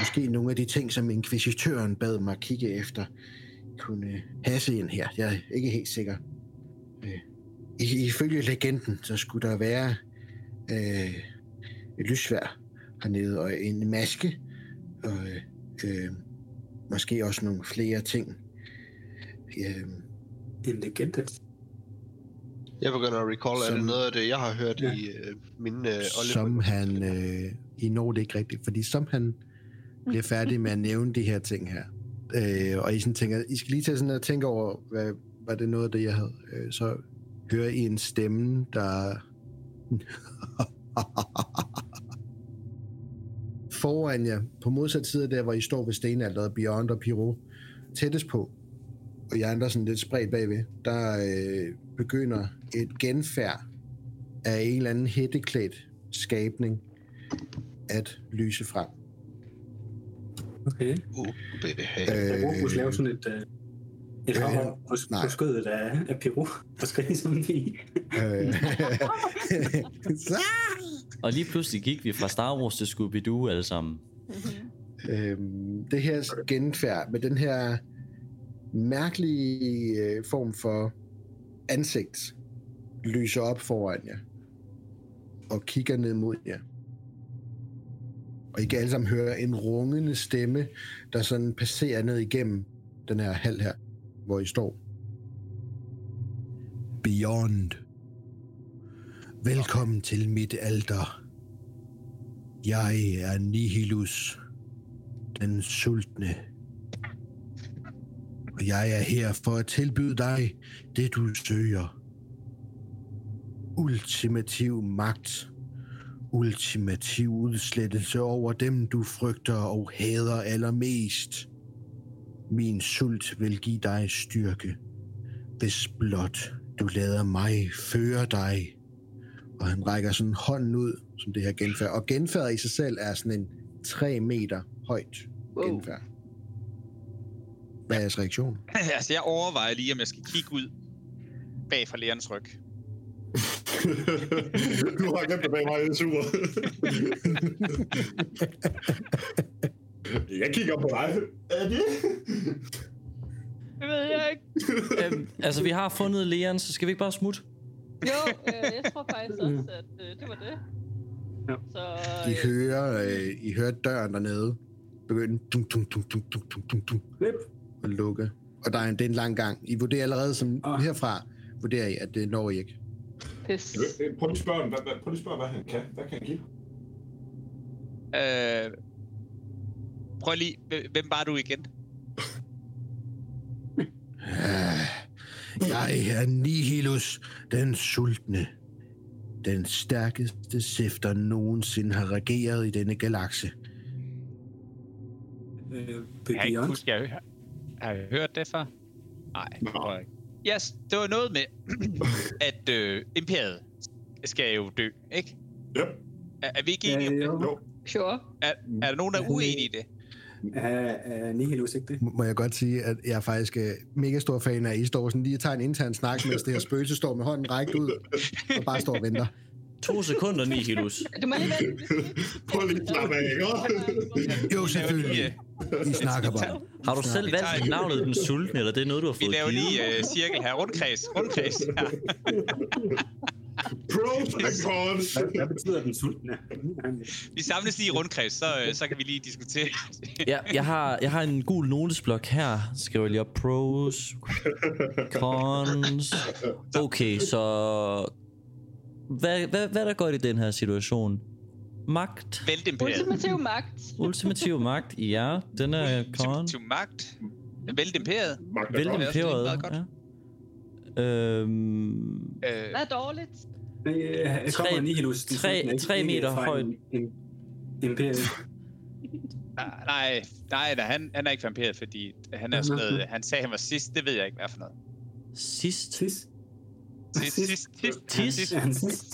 Speaker 2: Måske nogle af de ting, som inkvisitøren bad mig kigge efter, kunne passe ind her. Jeg er ikke helt sikker. Øh, i- Ifølge legenden, så skulle der være øh, et lysvær hernede, og en maske, og øh, måske også nogle flere ting. Øh,
Speaker 8: En legende.
Speaker 6: Jeg begynder at recall, som... er det
Speaker 2: Som-
Speaker 6: noget af det, jeg har hørt
Speaker 8: Ja.
Speaker 6: ja. i øh, mine øh,
Speaker 2: som han... Øh, I når det ikke rigtigt, fordi som han bliver færdig med at nævne de her ting her, øh, og I sådan tænker, I skal lige til sådan at tænke over, hvad, var det noget af det, jeg havde, øh, så hører I en stemme, der... [laughs] Foran jer, på modsat side af der, hvor I står ved stenalderet, Beyond og Piro, tættest på, og jeg andre sådan lidt spredt bagved, der øh, begynder et genfærd af en eller anden hætteklædt skabning at lyse frem.
Speaker 8: Okay.
Speaker 6: Uh, behag.
Speaker 8: Jeg kunne lave sådan et, øh, et
Speaker 2: øh,
Speaker 8: hopper på,
Speaker 2: nej.
Speaker 8: på skødet af, af Peru, [laughs] og skrige som en pige.
Speaker 2: Øh, [laughs]
Speaker 3: Og lige pludselig gik vi fra Star Wars til Scooby-Doo alle sammen.
Speaker 2: øhm, det her genfærd med den her mærkelige øh, form for ansigt lyser op foran jer og kigger ned mod jer. Og I kan alle sammen høre en rungende stemme, der sådan passerer ned igennem den her hal her, hvor I står. Beyond. Velkommen til mit alter. Jeg er Nihilus, den sultne. Og jeg er her for at tilbyde dig det, du søger. Ultimativ magt. Ultimativ udslettelse over dem, du frygter og hader allermest. Min sult vil give dig styrke, hvis blot du lader mig føre dig. Og han rækker sådan hånden ud, som det her genfærd. Og genfærdet i sig selv er sådan en 3 meter højt wow. genfærd. Hvad er jeres reaktion?
Speaker 5: [laughs] altså, jeg overvejer lige, om jeg skal kigge ud bag fra lærernes ryg.
Speaker 1: du har gemt dig bag mig, det er super. [laughs] jeg kigger på dig. Er det?
Speaker 4: Det ved jeg ikke.
Speaker 3: øhm, altså, vi har fundet Leon, så skal vi ikke bare smutte?
Speaker 4: Jo, øh, jeg tror faktisk også, at øh, det var det.
Speaker 8: Ja.
Speaker 4: Så
Speaker 2: I
Speaker 4: øh,
Speaker 2: hører, øh, I hører døren dernede begynde dum, dum, dum, dum, dum, dum, dum, dum,
Speaker 8: Flip.
Speaker 2: at lukke. Og der er en, det er en lang gang. I vurderer allerede som
Speaker 8: Ah.
Speaker 2: herfra, vurderer I, at det når I ikke.
Speaker 4: pis.
Speaker 9: Øh, Prøv lige at spørge, ham, hvad, hvad, prøv lige at spørge, hvad han kan. Hvad kan han give?
Speaker 5: Øh, prøv lige, hvem- hvem var du igen?
Speaker 2: Ah, Jeg er Nihilus, den sultne. Den stærkeste sifter nogensinde har regeret i denne galakse.
Speaker 8: Øh,
Speaker 5: Jeg ikke
Speaker 8: Beyond.
Speaker 5: huske, jeg har, har jeg hørt det før? Nej, det tror jeg ikke. Yes, det var noget med, [clears throat] at øh, imperiet skal jo dø, ikke?
Speaker 1: Yep.
Speaker 5: Er, er vi ikke
Speaker 8: Ja,
Speaker 5: enige om det?
Speaker 8: jo.
Speaker 4: Sure.
Speaker 5: Er, er der nogen, der er uenige i det?
Speaker 8: Ja, uh, Nihilus, ikke det?
Speaker 2: M- Må jeg godt sige, at jeg er faktisk øh, mega stor fan af, at I står sådan lige og tager en intern snak, mens det her spøgelse står med hånden rækket ud og bare står og venter.
Speaker 3: To sekunder, Nihilus.
Speaker 4: Du må lige vente.
Speaker 1: [laughs]
Speaker 8: [laughs]
Speaker 1: Prøv lige at slappe af, ikke?
Speaker 2: Jo,
Speaker 5: Vi laver lige, øh,
Speaker 2: selvfølgelig. I snakker bare.
Speaker 3: Har du selv
Speaker 5: Vi
Speaker 3: valgt
Speaker 5: tager-
Speaker 3: navnet Den Sultne, eller det er noget, du har
Speaker 5: vi
Speaker 3: fået
Speaker 5: laver lige
Speaker 3: givet?
Speaker 5: øh, cirkel her. Rundkreds, rundkreds. Ja.
Speaker 1: Pros and cons.
Speaker 8: Hvad, hvad betyder den sultne?
Speaker 5: Vi samles lige i rundkreds, så, øh, så kan vi lige [laughs] diskutere.
Speaker 3: Ja, jeg har, jeg har en gul notesblok her. Skriver jeg lige op pros, cons. Okay, så... Hvad, hvad, hvad er der godt i den her situation? Magt.
Speaker 5: Vælte imperiet.
Speaker 4: Ultimativ magt.
Speaker 3: Ultimativ magt, ja. Den er con.
Speaker 5: Til magt. Vælte imperiet.
Speaker 1: Magter
Speaker 3: Vældig
Speaker 1: godt.
Speaker 5: også lige
Speaker 3: imperiet.
Speaker 5: meget godt.
Speaker 3: Ja. Øhm,
Speaker 5: Øh,
Speaker 4: Hvad er dårligt?
Speaker 8: Jeg øh, kommer
Speaker 3: Tre-
Speaker 8: Nihilus. den
Speaker 3: tre-
Speaker 8: sultne, ikke-
Speaker 3: tre
Speaker 8: ikke
Speaker 3: meter
Speaker 8: fra
Speaker 3: højt.
Speaker 8: en- en-
Speaker 3: [laughs]
Speaker 8: Imperiet.
Speaker 5: nej, nej, nej, nej, han, han er ikke fra imperiet, fordi han er sådan noget, han sagde, han var sidst, det ved jeg ikke, hvad for noget.
Speaker 3: sidst.
Speaker 8: Tis.
Speaker 5: Sidst, sidst, sidst,
Speaker 3: Tis?
Speaker 5: sidst.
Speaker 8: Ja, han sidst.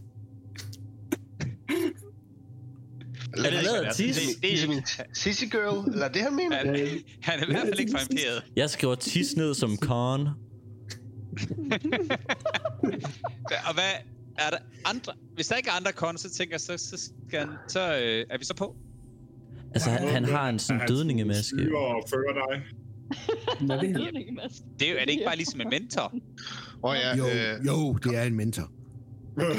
Speaker 5: Jeg ved ikke,
Speaker 3: lavet
Speaker 6: Altså,
Speaker 5: hvad det er.
Speaker 3: tis?
Speaker 5: Det- det er ikke-
Speaker 6: Sissy girl, eller det han mener?
Speaker 5: han- Han er i hvert fald ikke fra imperiet.
Speaker 3: Jeg skriver tis ned som con.
Speaker 5: [laughs] Hva- Og hvad er der andre? Hvis der ikke er andre cons, så tænker jeg, så, så, skal, så øh, er vi så på.
Speaker 3: Altså, han, han har en sådan dødningemaske.
Speaker 1: Og fører dig.
Speaker 8: Nå,
Speaker 4: [laughs]
Speaker 8: det er
Speaker 5: Det er, jo- er det ikke bare ligesom en mentor?
Speaker 6: Åh ja,
Speaker 2: Jo,
Speaker 6: øh,
Speaker 2: jo, det er en mentor.
Speaker 3: Øh, Lige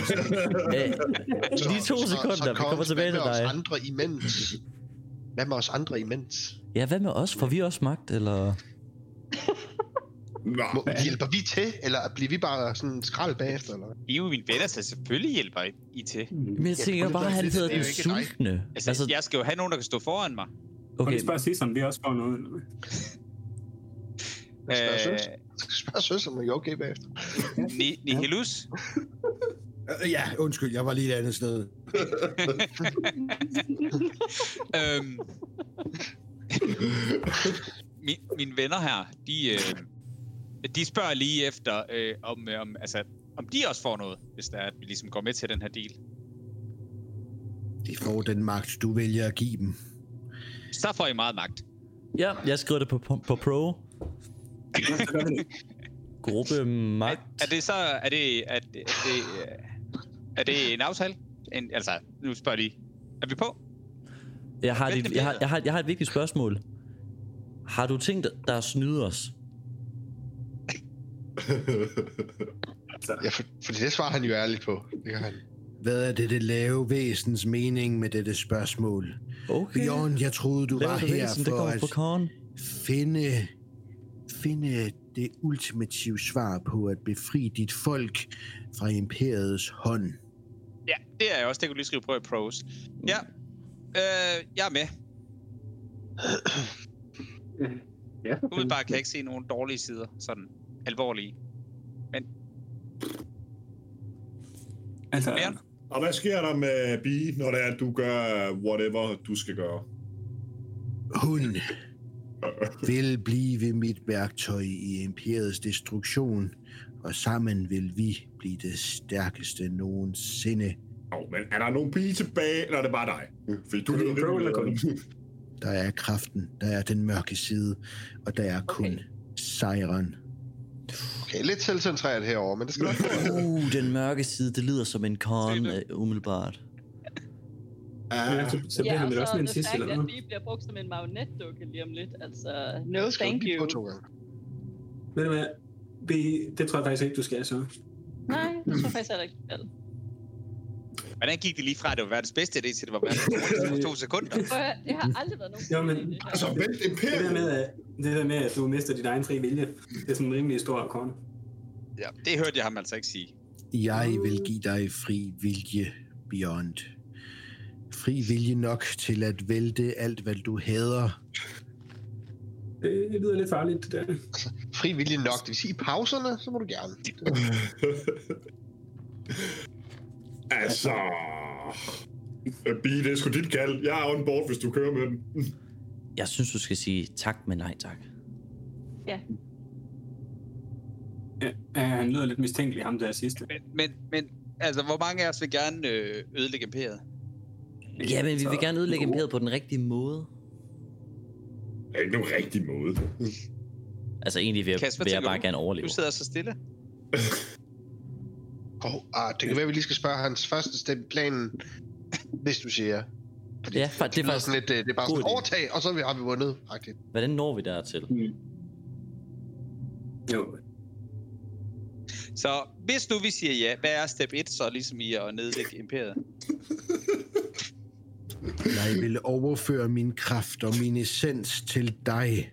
Speaker 3: to sekunder, vi
Speaker 6: Kongs,
Speaker 3: kommer tilbage til
Speaker 6: Hvad med
Speaker 3: dig.
Speaker 6: os andre imens? Hvad med os andre imens?
Speaker 3: Ja, hvad med os? Får vi også magt, eller?
Speaker 1: Nå,
Speaker 6: Må, hjælper vi til, eller bliver vi bare sådan skrald bagefter? Eller?
Speaker 5: I er jo mine venner, så selvfølgelig hjælper I til.
Speaker 3: Men jeg tænker
Speaker 6: det
Speaker 3: bare,
Speaker 6: er
Speaker 3: at han
Speaker 6: lidt-
Speaker 3: hedder
Speaker 6: det er
Speaker 3: den
Speaker 6: jo ikke dig.
Speaker 3: sultne.
Speaker 5: Altså, altså, jeg skal jo have nogen, der kan stå foran mig.
Speaker 8: Okay. Og
Speaker 3: okay,
Speaker 8: det spørger Sisson, vi også får noget. Eller? hvad?
Speaker 6: Jeg skal
Speaker 5: Øh,
Speaker 6: spørge Jeg skal spørge søs, om jeg er okay bagefter.
Speaker 5: Ni- Nihilus?
Speaker 2: Øh, Ja, undskyld, jeg var lige et andet sted.
Speaker 5: øhm, min, mine venner her, de, øh, de spørger lige efter, øh, om, øh, om, altså, om de også får noget, hvis der er, at vi ligesom går med til den her deal.
Speaker 2: De får den magt, du vælger at give dem.
Speaker 5: Så får I meget magt.
Speaker 3: ja, jeg skriver det på, på, på pro.
Speaker 8: Ja, så gør vi det.
Speaker 6: [laughs]
Speaker 3: Gruppe
Speaker 5: Er,
Speaker 3: magt.
Speaker 5: er det så, er det, er det, er det, øh, er det en aftale? En, altså, nu spørger de, er vi på?
Speaker 3: Jeg har, et,
Speaker 5: Vent,
Speaker 3: jeg, har,
Speaker 5: det
Speaker 3: jeg, har, jeg har et vigtigt spørgsmål. Har du tænkt dig at snyde os?
Speaker 8: Altså,
Speaker 6: Ja, for, for det svarer han jo ærligt på. Det gør han.
Speaker 2: Hvad er det, det lave væsens mening med dette spørgsmål?
Speaker 3: Okay.
Speaker 2: Bjørn, jeg troede, du var
Speaker 3: Lav
Speaker 2: her
Speaker 3: bevægelsen, det
Speaker 2: for
Speaker 3: kommer
Speaker 2: at
Speaker 3: fra Korn.
Speaker 2: finde, finde det ultimative svar på at befri dit folk fra imperiets hånd.
Speaker 5: Ja, det er jeg også. Det kan du lige skrive på i pros. Ja, øh, jeg er med.
Speaker 8: ja.
Speaker 5: Umiddelbart kan jeg ikke se nogen dårlige sider, sådan alvorlige.
Speaker 8: Altså,
Speaker 5: Bjørn?
Speaker 1: Og hvad sker der med Bi, når det er, at du gør whatever, du skal gøre?
Speaker 2: Hun vil blive mit værktøj i imperiets destruktion, og sammen vil vi blive det stærkeste nogensinde.
Speaker 1: Jo, men er der nogen pige tilbage, eller er det bare dig? Fordi du
Speaker 8: Er det en bro eller kun?
Speaker 2: Der er kraften, der er den mørke side, og der er kun okay. sejren.
Speaker 6: Okay, lidt selvcentreret herover, men det
Speaker 3: [laughs]
Speaker 6: skal nok gå.
Speaker 3: Uh, den mørke side, det lyder som en Korn
Speaker 5: Se
Speaker 3: øh, umiddelbart.
Speaker 8: Ja, så, så bliver
Speaker 4: ja,
Speaker 8: han
Speaker 4: og
Speaker 8: vel også
Speaker 4: så
Speaker 8: med
Speaker 4: er
Speaker 8: en
Speaker 4: det
Speaker 8: sidste
Speaker 4: stærkt,
Speaker 8: eller
Speaker 4: at
Speaker 8: noget.
Speaker 4: vi bliver brugt som en marionetdukke lige om lidt. Altså,
Speaker 7: No,
Speaker 6: Skal du
Speaker 7: thank
Speaker 6: blive
Speaker 7: you.
Speaker 6: på to gange?
Speaker 8: Ved du hvad? Vi- Det tror jeg faktisk ikke, du skal, så.
Speaker 4: nej, det tror jeg faktisk heller ikke. vi skal.
Speaker 5: Hvordan gik det lige fra, at det var verdens bedste idé, til det var verdens dårligste på to sekunder?
Speaker 4: Prøv at høre, det har aldrig været nogen
Speaker 8: Jo,
Speaker 4: god
Speaker 8: men-
Speaker 4: idé, det her.
Speaker 1: Altså, vent
Speaker 8: Det der
Speaker 1: imperiet!
Speaker 8: med, at, det der med, at du mister din egen fri vilje, det er sådan en rimelig stor korn.
Speaker 5: Ja, det hørte jeg ham altså ikke sige.
Speaker 2: Jeg vil give dig fri vilje, Beyond. Fri vilje nok til at vælte alt, hvad du hader.
Speaker 8: Det lyder lidt farligt, det der.
Speaker 6: Frivillig nok, det vil sige i pauserne, så må du gerne.
Speaker 1: [laughs] altså... Bi, det er sgu dit kald. Jeg er on board, hvis du kører med den.
Speaker 3: Jeg synes, du skal sige tak, men nej tak.
Speaker 8: Ja, ja, han lyder lidt mistænkelig, ham der sidste.
Speaker 5: Men, men, men altså, hvor mange af os vil gerne øh, ødelægge imperiet?
Speaker 3: Ja, men vi
Speaker 8: Så-
Speaker 3: vil gerne ødelægge imperiet på den rigtige måde.
Speaker 1: Det er ikke nogen rigtig måde.
Speaker 3: Altså egentlig vil jeg,
Speaker 5: Kasper,
Speaker 3: vil jeg
Speaker 5: tænker
Speaker 3: bare
Speaker 5: du?
Speaker 3: gerne overleve.
Speaker 5: Du sidder så stille.
Speaker 6: Og ah, det kan være, vi lige skal spørge hans første step i planen, hvis du siger ja. Fordi
Speaker 3: Ja, for, det er
Speaker 6: lyder
Speaker 3: faktisk...
Speaker 6: sådan lidt, øh, det er bare
Speaker 3: god
Speaker 6: sådan
Speaker 3: idé.
Speaker 6: overtag, og så har vi vundet. Agtigt.
Speaker 3: Hvordan når vi dertil?
Speaker 8: Jo,
Speaker 5: Så hvis nu vi siger ja, hvad er step 1 så ligesom i at nedlægge imperiet?
Speaker 2: Jeg vil overføre min kraft og min essens til dig.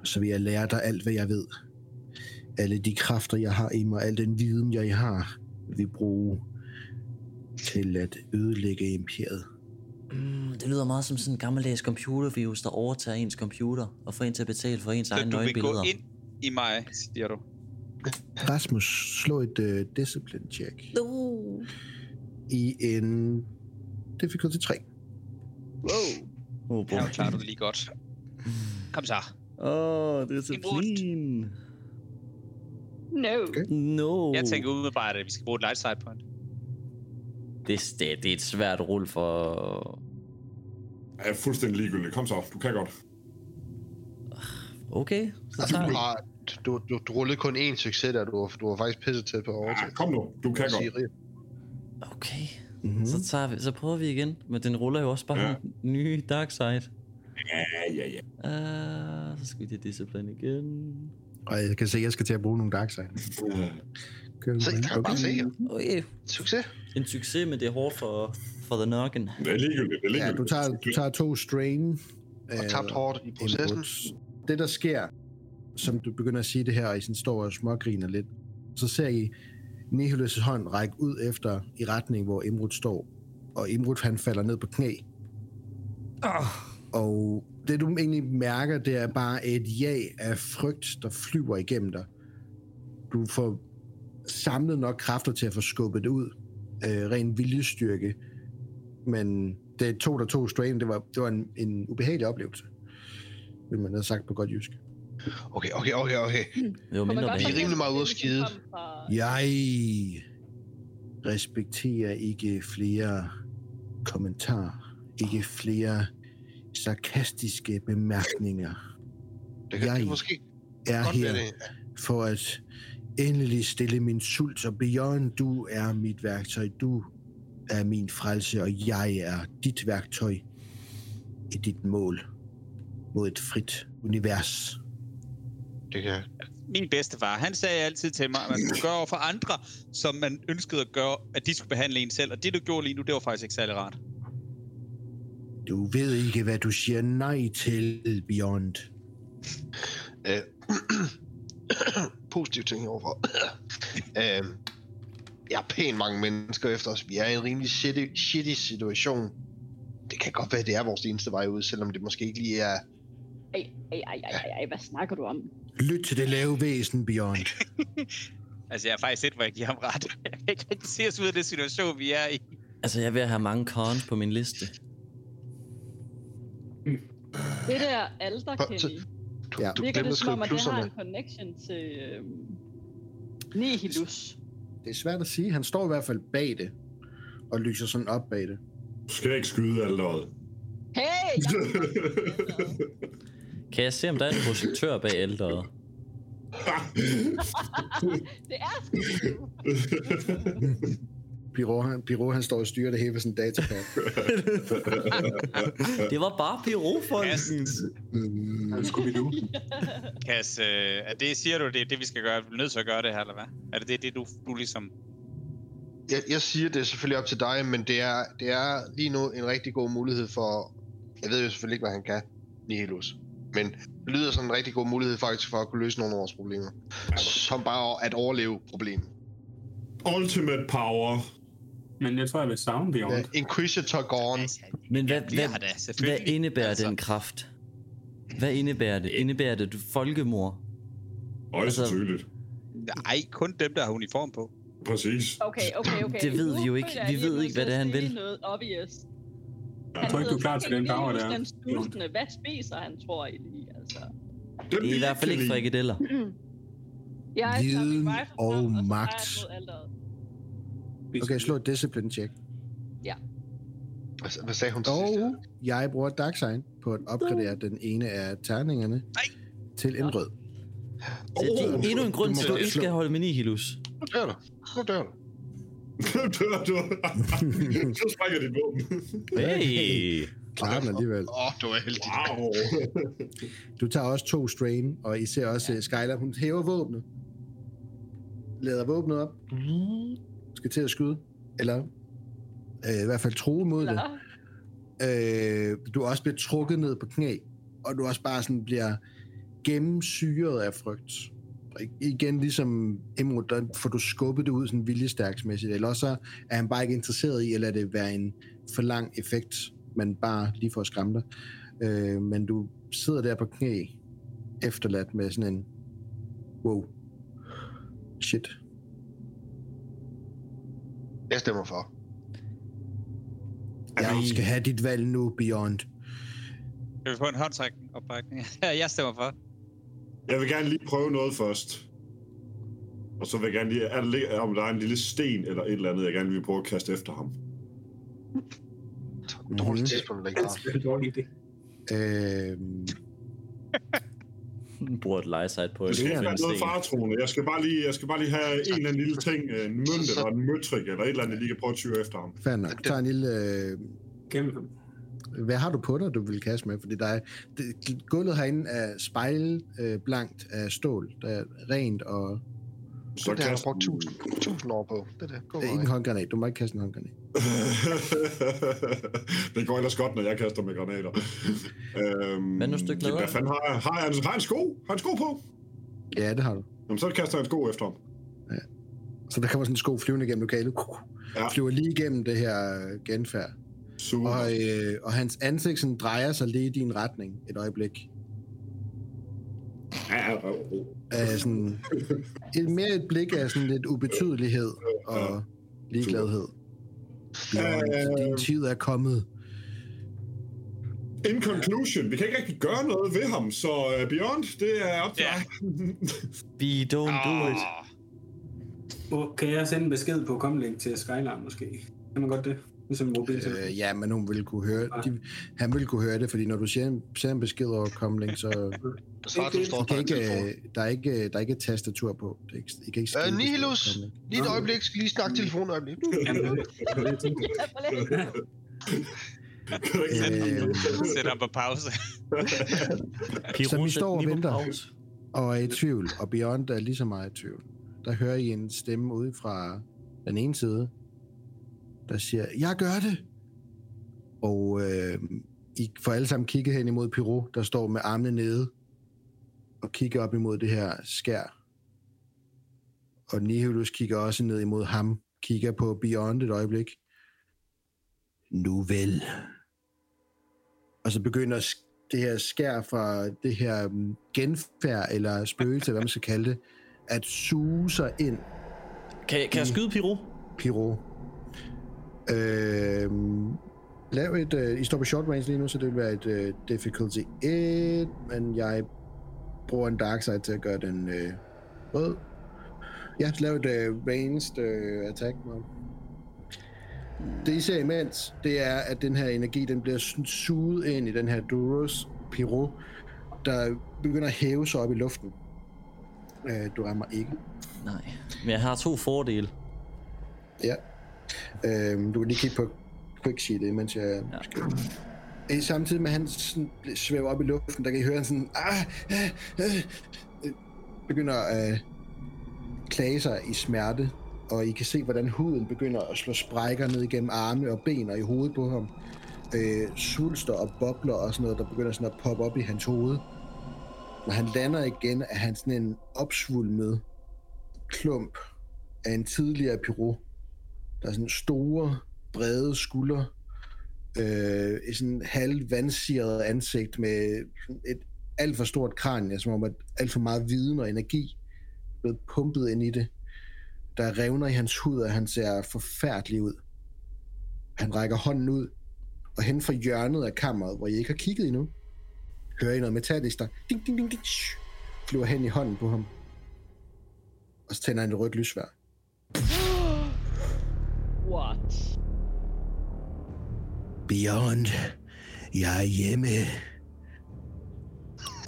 Speaker 2: Og så vil jeg lære dig alt, hvad jeg ved. Alle de kræfter, jeg har i mig, al den viden, jeg har, vil vi bruge til at ødelægge imperiet.
Speaker 3: Mm, det lyder meget som sådan en gammeldags computervirus, der overtager ens computer og får en til at betale for ens
Speaker 5: Så
Speaker 3: egne
Speaker 5: du vil gå
Speaker 3: nøgenbilleder.
Speaker 5: ind i mig, siger du.
Speaker 2: Rasmus, slå et uh, discipline check
Speaker 3: No.
Speaker 2: i en difficulty 3.
Speaker 5: Wow.
Speaker 3: Oh,
Speaker 5: Ja, klarer du det lige godt. Kom så.
Speaker 3: oh, det er
Speaker 5: så fint.
Speaker 4: No.
Speaker 3: No.
Speaker 5: Jeg tænker umiddelbart, at vi skal bruge et light side point.
Speaker 3: Det, det, det er et svært rull for...
Speaker 1: Jeg er fuldstændig ligegyldig. Kom så, du kan godt.
Speaker 3: Okay, så
Speaker 6: Altså,
Speaker 3: tager
Speaker 5: [laughs]
Speaker 6: du,
Speaker 3: vi.
Speaker 6: har, du, du, du rullede kun
Speaker 1: Ah,
Speaker 6: én succes der, du var, du var faktisk pisset til på
Speaker 1: Ja,
Speaker 6: overtag.
Speaker 1: kom nu, du kan godt.
Speaker 6: Siri.
Speaker 3: Okay.
Speaker 2: Mm-hmm.
Speaker 6: Mhm.
Speaker 3: Så, tager vi, så prøver vi igen, men den ruller jo også bare
Speaker 1: Ja.
Speaker 3: ja. nye dark side.
Speaker 1: Ja, ja, ja.
Speaker 3: Uh, så skal vi til discipline igen.
Speaker 2: Og jeg kan se, at jeg skal til at bruge nogle dark side. Kører
Speaker 6: Se,
Speaker 2: vi
Speaker 6: der kan bare se. jo.
Speaker 3: Okay.
Speaker 6: Succes.
Speaker 3: En succes, men det er hårdt for, for The Noggin.
Speaker 1: Det er ligegyldigt, det er
Speaker 2: Ja,
Speaker 1: ligegyldigt.
Speaker 2: du tager, du tager to strain.
Speaker 6: Og
Speaker 2: øh,
Speaker 6: tabt hårdt i processen.
Speaker 2: inputs. Det, der sker, som du begynder at sige det her, og I sådan står og smågriner lidt, så ser I Nihilus' hånd række ud efter i retning, hvor Imrud står. Og Imrud, han falder ned på knæ. Og det, du egentlig mærker, det er bare et ja af frygt, der flyver igennem dig. Du får samlet nok kræfter til at få skubbet det ud. Øh, ren viljestyrke. Men det to, der tog strain, det var, det var en, en ubehagelig oplevelse vil man have sagt på godt jysk.
Speaker 6: Okay, okay, okay, okay.
Speaker 3: Det var
Speaker 4: Kunne man
Speaker 3: mindre
Speaker 4: godt
Speaker 6: De er
Speaker 3: bag.
Speaker 4: forstå,
Speaker 6: rimelig meget
Speaker 4: hvis det
Speaker 6: ude at
Speaker 4: ligesom
Speaker 6: skide.
Speaker 4: kom fra-
Speaker 2: Jeg respekterer ikke flere kommentarer, ikke flere sarkastiske bemærkninger.
Speaker 6: Det kan
Speaker 2: Jeg
Speaker 6: det måske
Speaker 2: Er
Speaker 6: godt
Speaker 2: her
Speaker 6: være det.
Speaker 2: for at endelig stille min sult, og Beyond, du er mit værktøj, du er min frelse, og jeg er dit værktøj i dit mål mod et frit univers.
Speaker 6: Det kan
Speaker 5: Min bedstefar, han sagde altid til mig, at man skulle gøre over for andre, som man ønskede at gøre, at de skulle behandle en selv. Og det, du gjorde lige nu, det var faktisk ikke særlig rart.
Speaker 2: Du ved ikke, hvad du siger nej til, Beyond.
Speaker 6: Øh, [clears throat] positive ting overfor. [clears throat] øh, jeg er pænt mange mennesker efter os. Vi er i en rimelig shitty, shitty situation. Det kan godt være, det er vores eneste vej ud, selvom det måske ikke lige er...
Speaker 7: Ej, ej, ej, ej, ej, ej, hvad snakker du om?
Speaker 2: Lyt til det lave væsen, Beyond.
Speaker 5: Altså, jeg er faktisk lidt, hvor jeg giver ham ret. [laughs] Jeg kan ikke rigtig se os ud af den situation, vi er i.
Speaker 3: Altså, jeg er ved at have mange cons på min liste.
Speaker 4: Det der alder,
Speaker 6: Prøv-
Speaker 4: Kenny,
Speaker 6: Du,
Speaker 2: Ja.
Speaker 6: ja. du
Speaker 4: virker
Speaker 6: glemte
Speaker 4: det
Speaker 6: at
Speaker 4: som om, at
Speaker 6: skrive
Speaker 4: det har
Speaker 6: plusserne.
Speaker 4: en connection til øhm, Nihilus.
Speaker 2: Det er svært at sige. Han står i hvert fald bag det, og lyser sådan op bag det.
Speaker 9: Du skal ikke skyde alt øjet.
Speaker 8: [laughs]
Speaker 4: Hey!
Speaker 1: [laughs]
Speaker 3: Kan jeg se, om der er en projektør bag ældre?
Speaker 4: Det er sgu [laughs] du.
Speaker 8: [laughs]
Speaker 2: Piro, han, Piro, han står og styrer det hele ved sådan en [laughs] datapad.
Speaker 3: Det var bare Piro, folkens.
Speaker 2: mm,
Speaker 9: Skulle vi nu?
Speaker 5: Kas, øh, er det, siger du, det er det, vi skal gøre? Er vi nødt til at gøre det her, eller hvad? Er det det, det du, du ligesom...
Speaker 6: Jeg, jeg siger, det er selvfølgelig op til dig, men det er, det er lige nu en rigtig god mulighed for... Jeg ved jo selvfølgelig ikke, hvad han kan, Nihilus. Men det lyder som en rigtig god mulighed faktisk for at kunne løse nogle af vores problemer. Som bare at overleve problemet.
Speaker 9: [laughs] Ultimate power.
Speaker 8: Men jeg tror, jeg vil savne Beyond.
Speaker 6: Ja, Inquisitor gone.
Speaker 3: Men hvad,
Speaker 5: det
Speaker 3: hvad,
Speaker 5: har da
Speaker 3: hvad
Speaker 5: selvfølgelig. Altså-
Speaker 3: indebærer den kraft? Hvad indebærer det? Indebærer det folkemord?
Speaker 9: Højst
Speaker 3: Altså-
Speaker 9: sandsynligt.
Speaker 5: Nej, kun dem, der har uniform på.
Speaker 9: Præcis.
Speaker 4: Okay, okay, okay.
Speaker 3: Det ved
Speaker 4: Nu
Speaker 3: vi jo ikke.
Speaker 4: føler jeg
Speaker 3: Vi
Speaker 4: lige,
Speaker 3: ved
Speaker 4: jeg er
Speaker 3: ikke, hvad
Speaker 4: nødt
Speaker 3: det er,
Speaker 4: til
Speaker 3: han
Speaker 4: at
Speaker 3: vil.
Speaker 4: sige Noget obvious.
Speaker 8: Jeg tror ikke, du er klar til den power, der
Speaker 4: er.
Speaker 8: er.
Speaker 4: Den susende. Hvad spiser han, tror I lige, altså?
Speaker 9: Den
Speaker 3: Det er i hvert fald ikke
Speaker 9: virkelig-
Speaker 3: frikadeller.
Speaker 4: Jeg tager min
Speaker 2: Viden
Speaker 4: rifle
Speaker 2: og
Speaker 4: frem, så
Speaker 2: magt.
Speaker 4: peger jeg mod alteret.
Speaker 2: Okay, slå et discipline check.
Speaker 6: Hvad, hvad sagde hun til sidst?
Speaker 2: Og jeg bruger dark sign på at opgradere den ene af terningerne til en rød.
Speaker 3: Det er de- endnu en grund
Speaker 2: må
Speaker 3: til, at du
Speaker 2: godt
Speaker 3: ikke
Speaker 2: slå.
Speaker 3: skal holde med Nihilus.
Speaker 6: Nu dør du. Nu dør du.
Speaker 9: Nu dør du. [laughs] Så sprækker dit våben.
Speaker 3: Hey!
Speaker 2: Klarer den alligevel.
Speaker 6: Åh, oh, du er heldig.
Speaker 9: Wow.
Speaker 2: Du tager også to strain, og I ser også ja. Skylar, hun hæver våbnet. Lader våbnet op. Mm. Skal til at skyde. Eller øh, i hvert fald true mod det.
Speaker 4: Nå,
Speaker 2: øh, du også bliver trukket ned på knæ, og du også bare sådan bliver gennemsyret af frygt. Og i- igen ligesom Emrud, der får du skubbet det ud sådan viljestærksmæssigt, eller også så er han bare ikke interesseret i at lade det være en for lang effekt, man bare lige får skræmme dig. Øh, men du sidder der på knæ, efterladt med sådan en wow, shit.
Speaker 6: Jeg stemmer for.
Speaker 2: Jeg skal have dit valg nu, Beyond.
Speaker 5: Kan vi få en håndtrækning [laughs] opbakning? Ja, jeg stemmer for.
Speaker 9: Jeg vil gerne lige prøve noget først. Og så vil jeg gerne lige... Er der, lig- om der er en lille sten eller et eller andet, jeg gerne vil prøve at kaste efter ham.
Speaker 6: Dårligt
Speaker 2: Mhm.
Speaker 6: tidspunkt, der ikke
Speaker 8: Det er en dårlig idé.
Speaker 2: Øh,
Speaker 3: bruger et lejesight på.
Speaker 9: Det skal
Speaker 3: at
Speaker 9: ikke
Speaker 3: finde
Speaker 9: være noget
Speaker 3: sten.
Speaker 9: faretroende. Jeg skal bare lige, jeg skal bare lige have en eller anden lille ting, øh, en mønt eller en møtrik eller et eller andet, jeg lige kan prøve at tyre efter ham.
Speaker 2: Fair nok. Tag en lille... Øh,
Speaker 8: Gennem ham.
Speaker 2: hvad har du på dig, du vil kaste med? Fordi der er, det, gulvet herinde er spejlblankt af stål. Der er rent og...
Speaker 9: Så
Speaker 6: Det har jeg
Speaker 9: kaster
Speaker 6: brugt
Speaker 9: du-
Speaker 6: 1000, 1000 år på. Det der, gå
Speaker 2: Det er Øh, ikke en håndgranat. Du må ikke kaste en håndgranat.
Speaker 9: [laughs] det går ellers godt, når jeg kaster med granater. øhm,
Speaker 3: Hvad nu et stykke lavere?
Speaker 9: Hvad fanden har jeg? Har jeg, en, har jeg en sko? Har jeg en sko på?
Speaker 2: Ja, det har du.
Speaker 9: Jamen, så kaster jeg en sko efter ham.
Speaker 2: Så der kommer sådan en sko flyvende gennem lokalet.
Speaker 9: Ja.
Speaker 2: Ja. Flyver lige igennem det her øh, genfærd.
Speaker 1: Mm.
Speaker 9: Super.
Speaker 2: Og, øh, og hans ansigt sådan drejer sig lige i din retning et øjeblik.
Speaker 9: Ja, ja, røv, røv.
Speaker 2: Af sådan, et, mere et blik af sådan lidt ubetydelighed og ligegladhed. Bjørn, din tid er kommet.
Speaker 9: In conclusion, vi kan ikke rigtig gøre noget ved ham, så øh, Beyond, det er op til
Speaker 5: Ja.
Speaker 9: dig.
Speaker 3: We don't do it.
Speaker 5: Ah,
Speaker 8: Og kan jeg sende en besked på komlink til Skylarm måske? Kan man godt det? Ligesom en mobiltelefon.
Speaker 2: Øh, ja, men hun ville kunne høre, de, han ville kunne høre det, fordi når du siger en, sender en besked over Comlink, så
Speaker 6: Der svarer, du står
Speaker 2: I kan
Speaker 6: på en
Speaker 2: ikke,
Speaker 6: telefon.
Speaker 2: øh, der, er ikke, øh, der er ikke et tastatur på. Det er ikke, I kan ikke skrive
Speaker 6: Øh,
Speaker 2: beskeder på
Speaker 6: Nihilus,
Speaker 2: Comlink.
Speaker 6: lige et øjeblik, skal lige
Speaker 2: Mm.
Speaker 6: snakke telefon et øjeblik.
Speaker 8: Jamen, det
Speaker 2: Øh,
Speaker 8: er det, jeg tænker.
Speaker 4: [laughs] Ja, hvor lidt.
Speaker 9: Kan du ikke sætte ham?
Speaker 2: Øh,
Speaker 5: Sæt ham på pause. [laughs]
Speaker 3: Piro,
Speaker 2: Som I
Speaker 3: sæt
Speaker 2: står og
Speaker 3: den lige på
Speaker 2: venter.
Speaker 3: pause.
Speaker 2: og er i tvivl, og Beyond er lige så meget i tvivl. Der hører I en stemme ude fra den ene side, der siger, jeg gør det! Og øh, I får alle sammen kigget hen imod Pyro, der står med armene nede, og kigger op imod det her skær. Og Nihilus kigger også ned imod ham, kigger på Beyond et øjeblik. Nu vel. Og så begynder sk- det her skær fra det her mm, genfærd, eller spøgelse, hvad man skal kalde det, at suge sig ind
Speaker 3: Kan, kan jeg skyde Piro?
Speaker 2: Piro. Øh, lav et... Øh, I står på short range lige nu, så det vil være et øh, difficulty 1, men jeg bruger en dark side til at gøre den øh, rød. Ja, så lav et øh, ranged øh, attack. mod. Det I ser imens, det er, at den her energi, den bliver sådan suget ind i den her Duros Piro, der begynder at hæve sig op i luften. Øh, du rammer ikke.
Speaker 3: Nej. Men jeg har to fordele.
Speaker 2: Ja. Øhm, du kan lige kigge på quick sheet, mens jeg ja. skriver. Øh, Samtidig med at han sådan svæver op i luften, der kan I høre, han sådan, ah, ah, ah, øh, begynder at øh, klage sig i smerte, og I kan se, hvordan huden begynder at slå sprækker ned igennem arme og ben og i hovedet på ham. Øh, svulster og bobler og sådan noget, der begynder sådan at poppe op i hans hoved. Når han lander igen, er han sådan en opsvulmet klump af en tidligere pyro. Der er sådan store, brede skuldre, øh, et sådan halvvandsiret ansigt med sådan et alt for stort kranie, som om at alt for meget viden og energi er blevet pumpet ind i det. Der revner i hans hud, og han ser forfærdelig ud. Han rækker hånden ud, og hen fra hjørnet af kammeret, hvor jeg ikke har kigget endnu, hører I noget metallisk, der ding, ding, ding, ding, shh, flyver hen i hånden på ham. Og så tænder han et rødt lysvær.
Speaker 4: What?
Speaker 2: Beyond. Jeg er hjemme.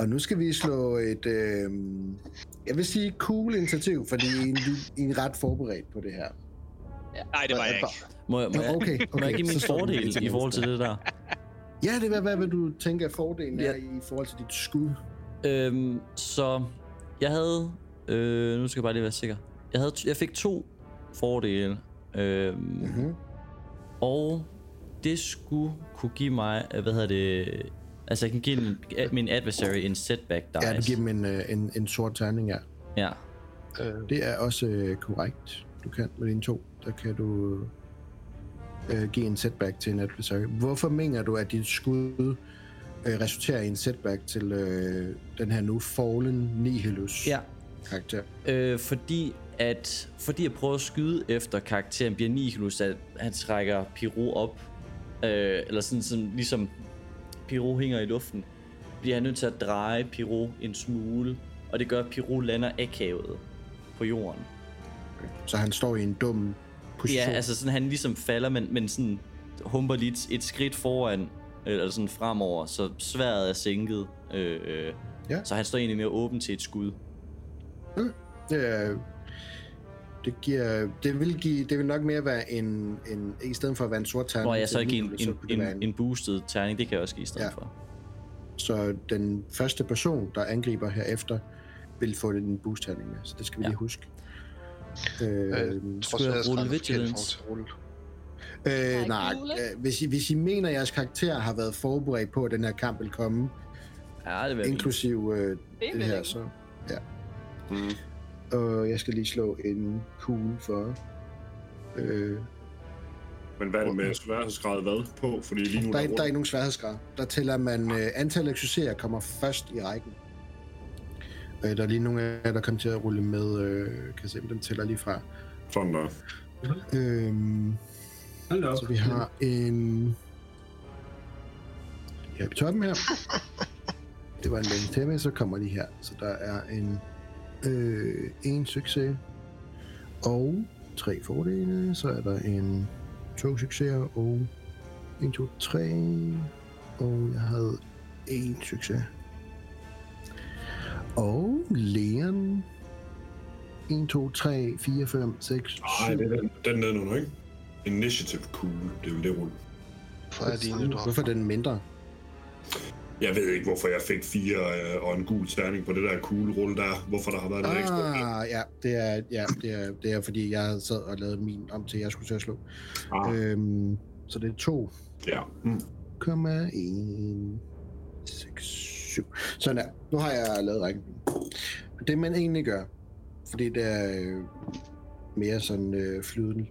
Speaker 2: Og nu skal vi slå et, øh, jeg vil sige cool initiativ, fordi I er, I er ret forberedt på det her.
Speaker 5: Nej, det var jeg ikke.
Speaker 3: Må jeg, må jeg,
Speaker 2: Okay,
Speaker 3: må jeg
Speaker 2: okay,
Speaker 3: give
Speaker 2: så
Speaker 3: min
Speaker 2: står den
Speaker 3: fordel
Speaker 2: lidt
Speaker 3: i forhold til det der?
Speaker 2: Ja, det er hvad, hvad du tænker fordelen
Speaker 3: Ja.
Speaker 2: er i forhold til dit skud.
Speaker 3: Øhm, så jeg havde... Øh, nu skal jeg bare lige være sikker. Jeg, havde, jeg fik to fordele. Øhm,
Speaker 2: Mhm.
Speaker 3: mm-hmm. Og det skulle kunne give mig... øh, Hvad hedder det... Altså, jeg kan give min, min adversary en setback dice.
Speaker 2: Ja, du giver dem en, øh, en, en sort terning, ja.
Speaker 3: Ja.
Speaker 2: Det er også øh, korrekt. Du kan med dine to, der kan du øh, give en setback til en adversary. Hvorfor mener du, at dit skud øh, resulterer i en setback til øh, den her nu fallen Nihilus
Speaker 3: Ja,
Speaker 2: karakter?
Speaker 3: Øh, fordi at fordi jeg prøver at skyde efter karakteren bliver Nihilus, at han trækker Piro op, øh, eller sådan, sådan ligesom Piro hænger i luften, bliver han nødt til at dreje Piro en smule, og det gør, at Piro lander akavet på jorden.
Speaker 2: Så han står i en dum position.
Speaker 3: Ja, altså sådan, han ligesom falder, men, men sådan humper lige et, et skridt foran, øh, eller sådan fremover, så sværet er sænket, øh, øh,
Speaker 2: Ja.
Speaker 3: Så han står egentlig mere åben til et skud.
Speaker 2: Det, er- det, giver, det, vil give, det vil nok mere være en, en i stedet for at være en sort terning.
Speaker 3: Nå, jeg
Speaker 2: til
Speaker 3: så ikke
Speaker 2: ni,
Speaker 3: en,
Speaker 2: så
Speaker 3: en,
Speaker 2: vil det
Speaker 3: en,
Speaker 2: være en-
Speaker 3: en boosted terning, det kan jeg også give i stedet
Speaker 2: Ja.
Speaker 3: ja. for.
Speaker 2: Så den første person, der angriber herefter, vil få en boost med, så det skal vi
Speaker 3: Ja.
Speaker 2: lige huske. Øh, øh,
Speaker 6: Trods
Speaker 3: jeg
Speaker 6: alt
Speaker 3: rulle
Speaker 6: starter forkert i
Speaker 3: vigilance?
Speaker 6: forhold til at rulle.
Speaker 2: øh,
Speaker 4: ikke
Speaker 2: nej,
Speaker 4: gule.
Speaker 2: øh, hvis, I, hvis I mener, at jeres karakter har været forberedt på, at den her kamp vil komme,
Speaker 3: Ja, det vil jeg mene.
Speaker 2: inklusiv øh,
Speaker 4: Det
Speaker 2: det
Speaker 4: vil
Speaker 2: her,
Speaker 4: ikke.
Speaker 2: så... Ja.
Speaker 6: Mm.
Speaker 2: Og jeg skal lige slå en kugle for... Øh,
Speaker 9: Men hvad er det med sværhedsgrad hvad på? Fordi lige nu
Speaker 2: der, er,
Speaker 9: der,
Speaker 2: ikke- der er
Speaker 9: der,
Speaker 2: ikke nogen sværhedsgrad. Der tæller man øh, antallet af succeser kommer først i rækken. Øh, der er lige nogle af jer, der kommer til at rulle med. Øh, kan jeg se, men dem tæller lige fra.
Speaker 9: sådan der.
Speaker 2: Øhm,
Speaker 8: [laughs] Hold da op.
Speaker 2: så vi har en... Ja, på toppen
Speaker 6: [laughs]
Speaker 2: her. Det var en længe tæmme, så kommer de her. Så der er en... Øh, en succes. Og tre fordele. Så er der en... To succeser og... En, to, tre... Og jeg havde en succes. Og Leon... 1, 2, 3, 4, 5, 6, 7,
Speaker 9: Nej, det er den, den nedenunder, ikke? Initiative kugle, det er vel det rulle.
Speaker 6: Hvorfor er dine drop?
Speaker 2: Hvorfor er den mindre?
Speaker 9: Jeg ved ikke, hvorfor jeg fik fire øh, og en gul terning på det der kuglerulle der. Hvorfor der har været noget ekstra.
Speaker 2: Ah, ja, det er, ja, det er, det er fordi, jeg sad og lavede min om til, at jeg skulle til at slå.
Speaker 9: Ah,
Speaker 2: Øhm, så det er
Speaker 9: ja. Mm.
Speaker 2: 2,167. Sådan der. Nu har jeg lavet rækken. Det man egentlig gør, fordi det er øh, mere sådan øh, flydende,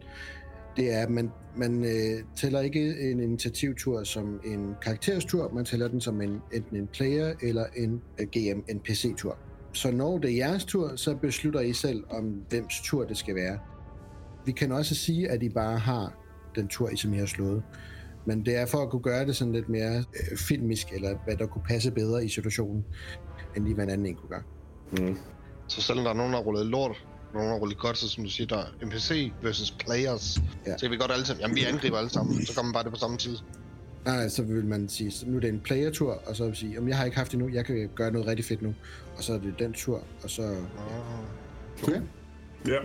Speaker 2: det er, at man, man øh, tæller ikke en initiativtur som en karakterstur, man tæller den som en, enten en player eller en øh, GM-NPC-tur. Så når det er jeres tur, så beslutter I selv, om hvems tur det skal være. Vi kan også sige, at I bare har den tur, I som I har slået. Men det er for at kunne gøre det sådan lidt mere øh, filmisk, eller hvad der kunne passe bedre i situationen, end lige hvad en anden en kunne gøre.
Speaker 9: Mm.
Speaker 6: Så selvom der er nogen, der har rullet lort, nogen der har rullet godt, så som du siger, der er NPC versus players.
Speaker 2: Ja.
Speaker 6: Ja. Så kan vi godt alle sammen, jamen vi angriber alle sammen, så kommer bare det på samme tid.
Speaker 2: Nej, nej, så vil man sige, så nu er det en playertur, og så vil man sige, om jeg har ikke haft det nu, jeg kan gøre noget rigtig fedt nu, og så er det den tur, og så...
Speaker 6: Nå.
Speaker 2: Okay.
Speaker 9: Ja,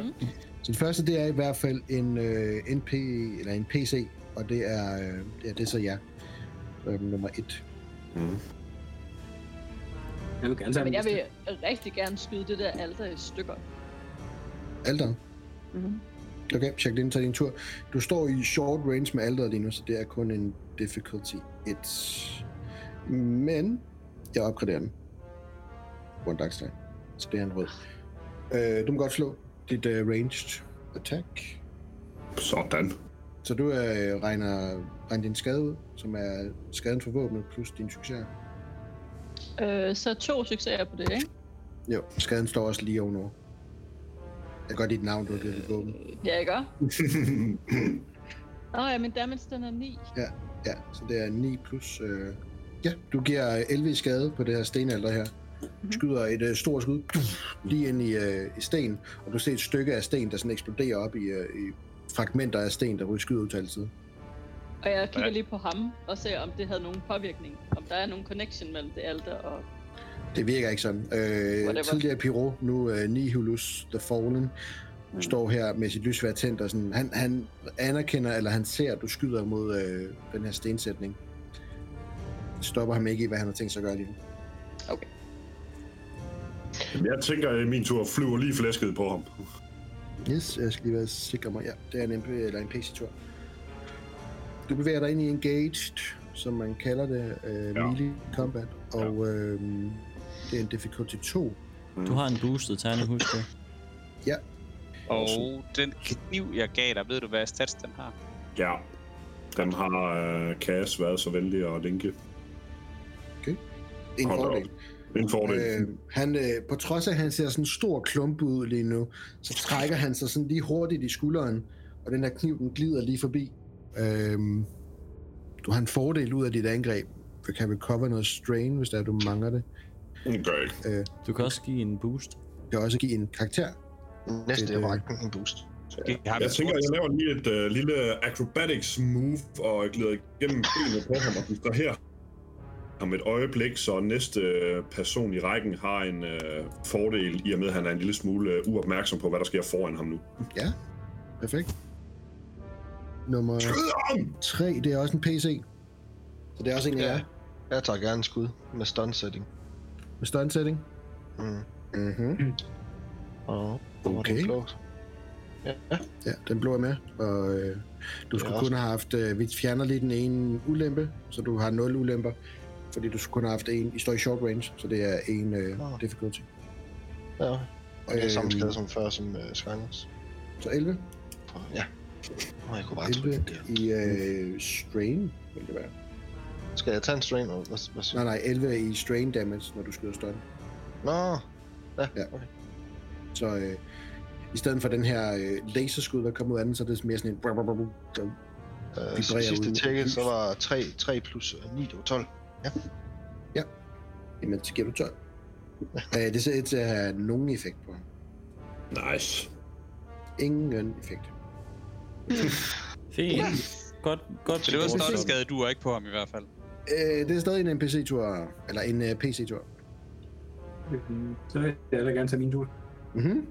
Speaker 2: Så det første, det er i hvert fald en øh, NP, eller en PC, og det er, øh, det, er det er så jer. Øh, nummer et.
Speaker 8: Jeg vil gerne tage
Speaker 4: Men jeg
Speaker 8: den
Speaker 4: vil
Speaker 8: næste.
Speaker 4: rigtig gerne skyde det der alter i stykker.
Speaker 2: Alder.
Speaker 7: Mhm.
Speaker 2: Okay, check det ind, tag din tur. Du står i short range med alderet lige nu, så det er kun en difficulty 1. Men jeg opgraderer den. På en dagsdag. Så det er en rød. Øh, du må godt slå dit uh, ranged attack. [laughs]
Speaker 9: sådan.
Speaker 2: Så du øh, regner, regner din skade ud, som er skaden for våbnet plus din succes.
Speaker 4: Øh, så to succeser på det, ikke?
Speaker 2: Jo, skaden står også lige ovenover. Jeg kan godt lide dit navn, du har givet dit våben.
Speaker 4: Ja, ikke også? Nå ja, men damage den er 9.
Speaker 2: Ja, så det er 9 plus... Øh... Ja, du giver øh, 11 i skade på det her stenalter her. Du skyder et øh, stort skud lige ind i, øh, i sten, og du ser et stykke af sten, der sådan eksploderer op i, øh, i fragmenter af sten, der ryger skyder ud til altid.
Speaker 4: Og jeg kigger lige på ham og ser, om det havde nogen påvirkning. Om der er nogen connection mellem det alter og...
Speaker 2: Det virker ikke sådan.
Speaker 4: Whatever.
Speaker 2: Øh, tidligere Piro, nu øh, Nihilus The Fallen, mm. står her med sit lysvær tændt, og sådan, han, han anerkender, eller han ser, at du skyder mod øh, den her stensætning. Det stopper ham ikke i, hvad han har tænkt sig at gøre lige nu.
Speaker 9: Jeg tænker, at min tur flyver lige flæsket på ham.
Speaker 2: Yes, jeg skal lige være sikker mig. Ja, det er en, MP, eller en PC-tur. Du bevæger dig ind i engaged, som man kalder det, øh,
Speaker 9: Ja.
Speaker 2: ja. melee combat, og øh, det er en difficulty 2.
Speaker 3: Du har en boosted terning, husk det.
Speaker 5: Og den kniv, jeg gav dig, ved du, hvad stats den har?
Speaker 9: Ja. Den har øh, Cass været så venlig at linke.
Speaker 2: En
Speaker 9: Hold da
Speaker 2: fordel.
Speaker 9: En fordel.
Speaker 2: Øh, han, øh, på trods af, at han ser sådan en stor klump ud lige nu, så trækker han sig sådan lige hurtigt i skulderen, og den her kniv, den glider lige forbi. Øh, du har en fordel ud af dit angreb. Du kan recover noget strain, hvis der du mangler det.
Speaker 9: Den gør ikke.
Speaker 3: Du kan også give en boost.
Speaker 2: Du kan også give en karakter.
Speaker 6: Næste
Speaker 2: Det er
Speaker 6: er
Speaker 2: det.
Speaker 6: rækken en boost.
Speaker 5: Det har vi
Speaker 9: Jeg tænker, at jeg laver lige et øh, lille acrobatics move, og jeg glider igennem benet på ham og distraherer. Om et øjeblik, så næste øh, person i rækken har en øh, fordel, i og med at han er en lille smule øh, uopmærksom på, hvad der sker foran ham nu.
Speaker 2: Ja, perfekt. Nummer
Speaker 9: Skyd ham!
Speaker 2: 3, det er også en PC. Så det er også en af jer.
Speaker 6: Ja. Jeg tager gerne en skud med stun setting.
Speaker 2: Med stun setting.
Speaker 6: Mm.
Speaker 2: Mm-hmm.
Speaker 5: Oh,
Speaker 2: Okay.
Speaker 6: Ja, ja.
Speaker 2: Ja, den blå er med. Og øh, du skulle
Speaker 6: også-
Speaker 2: kun have haft... Øh, vi fjerner lige den ene ulempe, så du har 0 ulemper. Fordi du skulle kun have haft en... I står i short range, så det er en øh,
Speaker 6: Nå.
Speaker 2: difficulty.
Speaker 6: ja. Og det er samme
Speaker 2: Øhm.
Speaker 6: skade som før, som uh, Skangers.
Speaker 2: Så 11.
Speaker 6: Ja. Nå, jeg kunne bare trykke
Speaker 2: 11
Speaker 6: den der.
Speaker 2: i øh, strain, vil det være.
Speaker 6: Skal jeg tage en strain? Og hvad, hvad siger
Speaker 2: Nej, nej, 11 i strain damage, når du skyder stun.
Speaker 6: du? Nå,
Speaker 2: Ja. Så øh, i stedet for den her øh, laserskud, der kommer ud af den, så er det mere sådan en... brr, brr, brr, brr. Så-
Speaker 6: øh,
Speaker 2: Vi drejer
Speaker 6: sidste
Speaker 2: ud.
Speaker 6: tjekket, så var 3, 3 plus 9, det var 12.
Speaker 2: Jamen, så giver du 12. øh, det ser ikke til at have nogen effekt på ham.
Speaker 9: Nice.
Speaker 2: Ingen effekt.
Speaker 3: Fint. Godt, godt.
Speaker 5: Så det var
Speaker 2: Det er
Speaker 5: sådan en
Speaker 2: fint.
Speaker 5: skade, du er ikke på ham i hvert fald.
Speaker 2: Øh, det er stadig en NPC-tur, eller en uh, PC-tur.
Speaker 8: Øh, Så vil jeg da gerne tage min tur.
Speaker 2: Mhm.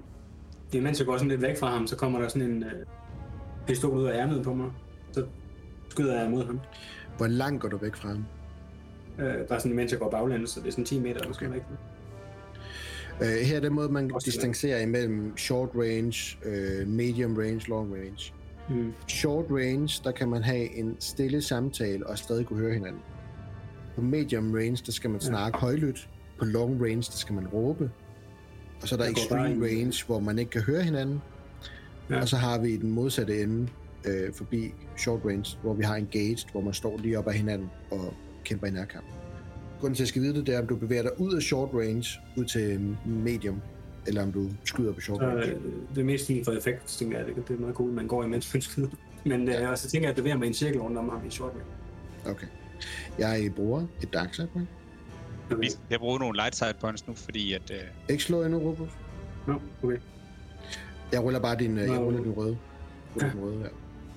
Speaker 8: Det er mens jeg går sådan lidt væk fra ham, så kommer der sådan en øh, pistol ud af ærmet på mig. Så skyder jeg mod ham.
Speaker 2: Hvor langt går du væk fra ham?
Speaker 8: Øh, bare sådan mens jeg går baglæns, så det er sådan 10 meter eller sådan noget.
Speaker 2: Øh, her er den måde, man
Speaker 8: Også det.
Speaker 2: distancerer imellem short range, øh, medium range, long range.
Speaker 8: Mm.
Speaker 2: Short range, der kan man have en stille samtale og stadig kunne høre hinanden. På medium range, der skal man snakke højlydt. På long range, der skal man råbe. Og så er der
Speaker 8: Jeg går bare
Speaker 2: extreme
Speaker 8: ind.
Speaker 2: range, hvor man ikke kan høre hinanden.
Speaker 8: Ja.
Speaker 2: Og så har vi den modsatte ende øh, forbi short range, hvor vi har engaged, hvor man står lige op ad hinanden og kæmper i nærkamp. Grunden til, at jeg skal vide det, det er, om du bevæger dig ud af short range, ud til medium, eller om du skyder på short
Speaker 8: Så
Speaker 2: range.
Speaker 8: øh, det er mest lige for effekt, tænker jeg. Det, det er meget cool, man går imens man skyder. Men øh, og så tænker jeg, at det bevæger mig i en cirkel rundt om ham i short.
Speaker 2: Okay. Jeg bruger et dark side point.
Speaker 8: Okay.
Speaker 5: Vi- Jeg bruger nogle light side points nu, fordi at... Øh,
Speaker 2: Ikke slå endnu, Rufus.
Speaker 8: Nå, okay.
Speaker 2: Jeg ruller bare din, øh, jeg
Speaker 8: Nå.
Speaker 2: ruller den røde. Ruller
Speaker 8: Ja.
Speaker 2: den røde her.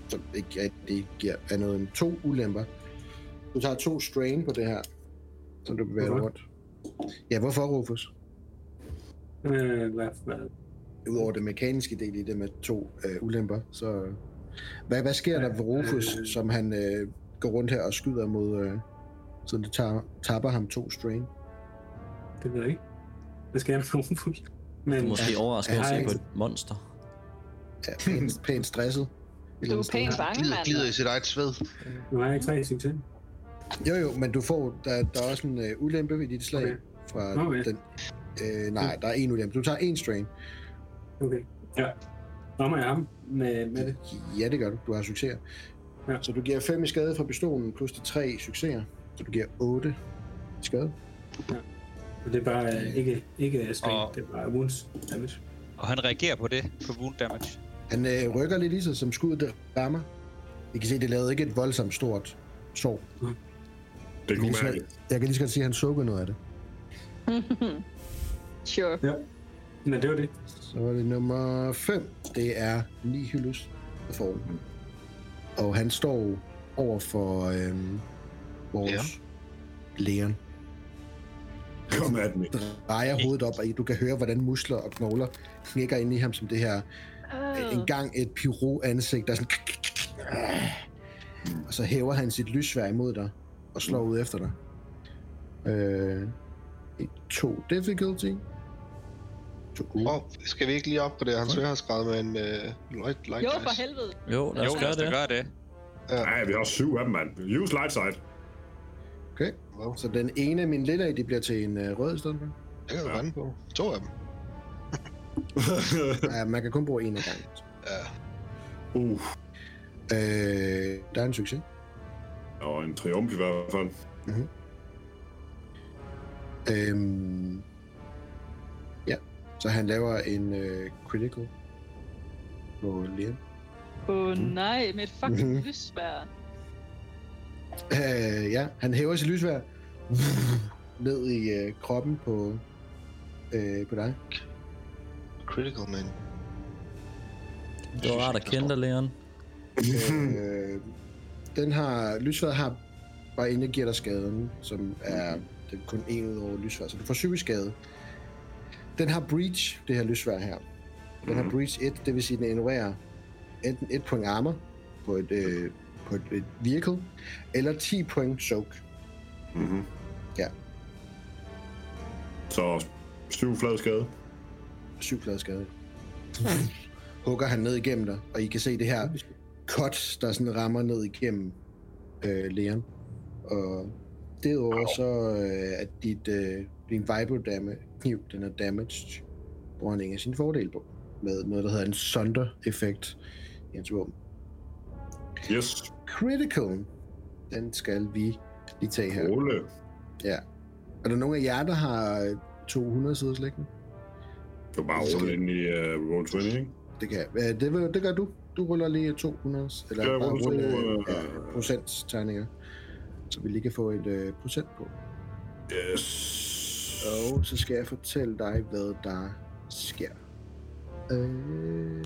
Speaker 2: Så ikke rigtig giver andet end to ulemper. Du tager to strain på det her, som du bevæger dig
Speaker 8: Hvorfor?
Speaker 2: rundt. Ja, hvorfor, Rufus?
Speaker 8: Øh, hvad, hvad?
Speaker 2: udover det mekaniske del i det med to øh, ulemper, så hvad, hvad sker der ved Rufus,
Speaker 8: Øh.
Speaker 2: som han øh, går rundt her og skyder mod, øh, så det tager, tapper ham to strain?
Speaker 8: Det ved jeg ikke. Det skal jeg have [laughs] nogen på. Men
Speaker 3: Du er måske overrasket over at
Speaker 8: Ja,
Speaker 3: se
Speaker 8: ja.
Speaker 3: på et monster.
Speaker 2: Ja,
Speaker 8: [laughs]
Speaker 2: pænt, pænt stresset. Et eller
Speaker 4: Du er
Speaker 2: andet sted.
Speaker 4: pænt bange,
Speaker 6: Glider, glider i
Speaker 4: mand.
Speaker 6: sit eget sved.
Speaker 8: nu har jeg ikke tre succes.
Speaker 2: Jo jo, men du får, der, der er også en øh, ulempe ved dit slag
Speaker 8: Okay.
Speaker 2: okay. fra
Speaker 8: Okay.
Speaker 2: okay. den. Øh, nej, der er en ulempe. Du tager en strain.
Speaker 8: Okay. Ja. Rammer jeg ham med, med det?
Speaker 2: Ja, det gør du. Du har succeser.
Speaker 8: Ja.
Speaker 2: Ja. Så du giver 5 i skade fra pistolen, plus de 3 succeser. Så du giver 8 i skade.
Speaker 8: Det er bare øh, ikke, ikke strain,
Speaker 5: Og-
Speaker 8: det er bare wounds damage.
Speaker 5: og han reagerer på det, på wound damage.
Speaker 2: Han øh, rykker lidt i sig, som skuddet det rammer. I kan se, det lavede ikke et voldsomt stort sår.
Speaker 9: Det kunne
Speaker 2: Lige så-
Speaker 9: være
Speaker 2: Jeg kan lige så godt sige, at han sukkede noget af det.
Speaker 4: Sure.
Speaker 8: Men det var det.
Speaker 2: Så er det nummer 5. Det er Nihilus, der får den. Og han står over for øhm, vores ja. lægen.
Speaker 9: Kom at mig.
Speaker 2: Drejer hovedet op, og du kan høre, hvordan muskler og knogler knækker ind i ham, som det her
Speaker 4: Oh.
Speaker 2: en gang et pyro-ansigt, der er sådan... Og så hæver han sit lyssvær imod dig, og slår ud efter dig. Øh, et to difficulty. To gode.
Speaker 6: Åh, oh, skal vi ikke lige op på det? Han sværhedsgrad med en uh, light, light
Speaker 4: Jo,
Speaker 6: dice.
Speaker 4: for helvede.
Speaker 3: Jo, lad os
Speaker 5: Jo, lad
Speaker 3: gøre
Speaker 5: os da
Speaker 3: det.
Speaker 5: gøre det.
Speaker 9: Nej, vi har syv af dem, mand. Use light [laughs] side.
Speaker 2: Okay.
Speaker 6: Wow.
Speaker 2: Så den ene af mine lille, det bliver til en øh, rød i stedet for.
Speaker 6: Det kan du
Speaker 9: Ja.
Speaker 6: ja. på. To af dem.
Speaker 2: Ja, man kan kun bruge en af gangen.
Speaker 6: Ja.
Speaker 9: uh,
Speaker 2: Øh, der er en succes.
Speaker 9: og en triumf i hvert fald.
Speaker 2: Øhm, ja, så han laver en øh, critical på Liam.
Speaker 4: Åh oh, nej, med et fucking
Speaker 2: Mhm.
Speaker 4: mm-hmm. lysvær.
Speaker 2: Øh, ja, han hæver sit lysvær ned i øh, kroppen på, øh, på dig.
Speaker 6: Critical, man.
Speaker 3: Det var rart at kende dig, Leon.
Speaker 2: Øh, den har, lysværet har bare inden jeg giver dig skaden, som er det er kun en ud over lysvær, så du får syv i skade. Den har breach, det her lysvær her. Den har breach 1, det vil sige, den ignorerer enten 1 point armor på et, øh, på et, et vehicle, eller 10 point soak.
Speaker 9: Mm-hmm.
Speaker 2: Ja,
Speaker 9: Så syv flad skade.
Speaker 2: syv flade skade. Hugger han ned igennem dig, og I kan se det her cut, der sådan rammer ned igennem øh, læren. Og derudover så øh, er dit, øh, din vibro damage, kniv, den er damaged, bruger han en af sine fordele på, med noget, der hedder en sonder-effekt i hans våben.
Speaker 9: Yes.
Speaker 2: Critical, den skal vi lige tage her.
Speaker 9: Rulle.
Speaker 2: Ja. Er der nogen af jer, der har øh, 200 sider slægten?
Speaker 9: Du kan bare rulle ind i uh, roll 20, ikke?
Speaker 2: Det kan jeg. Øh, Det, vil- det gør du. Du ruller lige 200, eller
Speaker 9: Ja,
Speaker 2: ja,
Speaker 9: jeg
Speaker 2: bare
Speaker 9: ruller
Speaker 2: rulle
Speaker 9: to,
Speaker 2: øh,
Speaker 9: øh,
Speaker 2: ja, procentsterninger, så vi lige kan få et øh, procent på.
Speaker 9: Yes.
Speaker 2: Og så skal jeg fortælle dig, hvad der sker. Øh...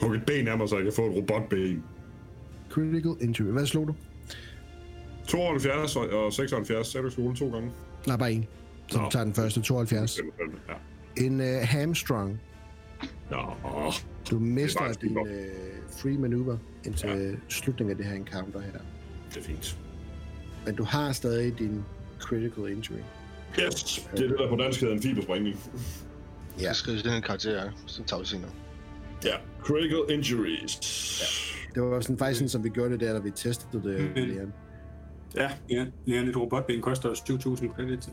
Speaker 9: Hug et ben af mig, så jeg kan få et robotben.
Speaker 2: Critical injury. Hvad slog du?
Speaker 9: 72 og- og 76, sagde du skulle rulle to gange.
Speaker 2: Nej, bare en. Så du
Speaker 9: Nå.
Speaker 2: tager den første, 72.
Speaker 9: Ja.
Speaker 2: En øh, hamstrung.
Speaker 9: Nå,
Speaker 2: Du mister
Speaker 9: faktisk
Speaker 2: din
Speaker 9: godt.
Speaker 2: øh, free maneuver indtil ja. slutningen af det her encounter her.
Speaker 9: det er fint.
Speaker 2: Men du har stadig din critical injury.
Speaker 9: Yes, det er det, der på dansk hedder en fibersprængning.
Speaker 2: Ja.
Speaker 6: Ja. Det skrives i den her karakter, så tager vi senere.
Speaker 9: Ja, critical injuries.
Speaker 2: Det var sådan, faktisk sådan, som vi gjorde det der, da vi testede det.
Speaker 9: Mm.
Speaker 8: Mhm.
Speaker 2: Leon.
Speaker 9: Ja,
Speaker 8: Ja, Leon, et robotben koster 7.000 credits.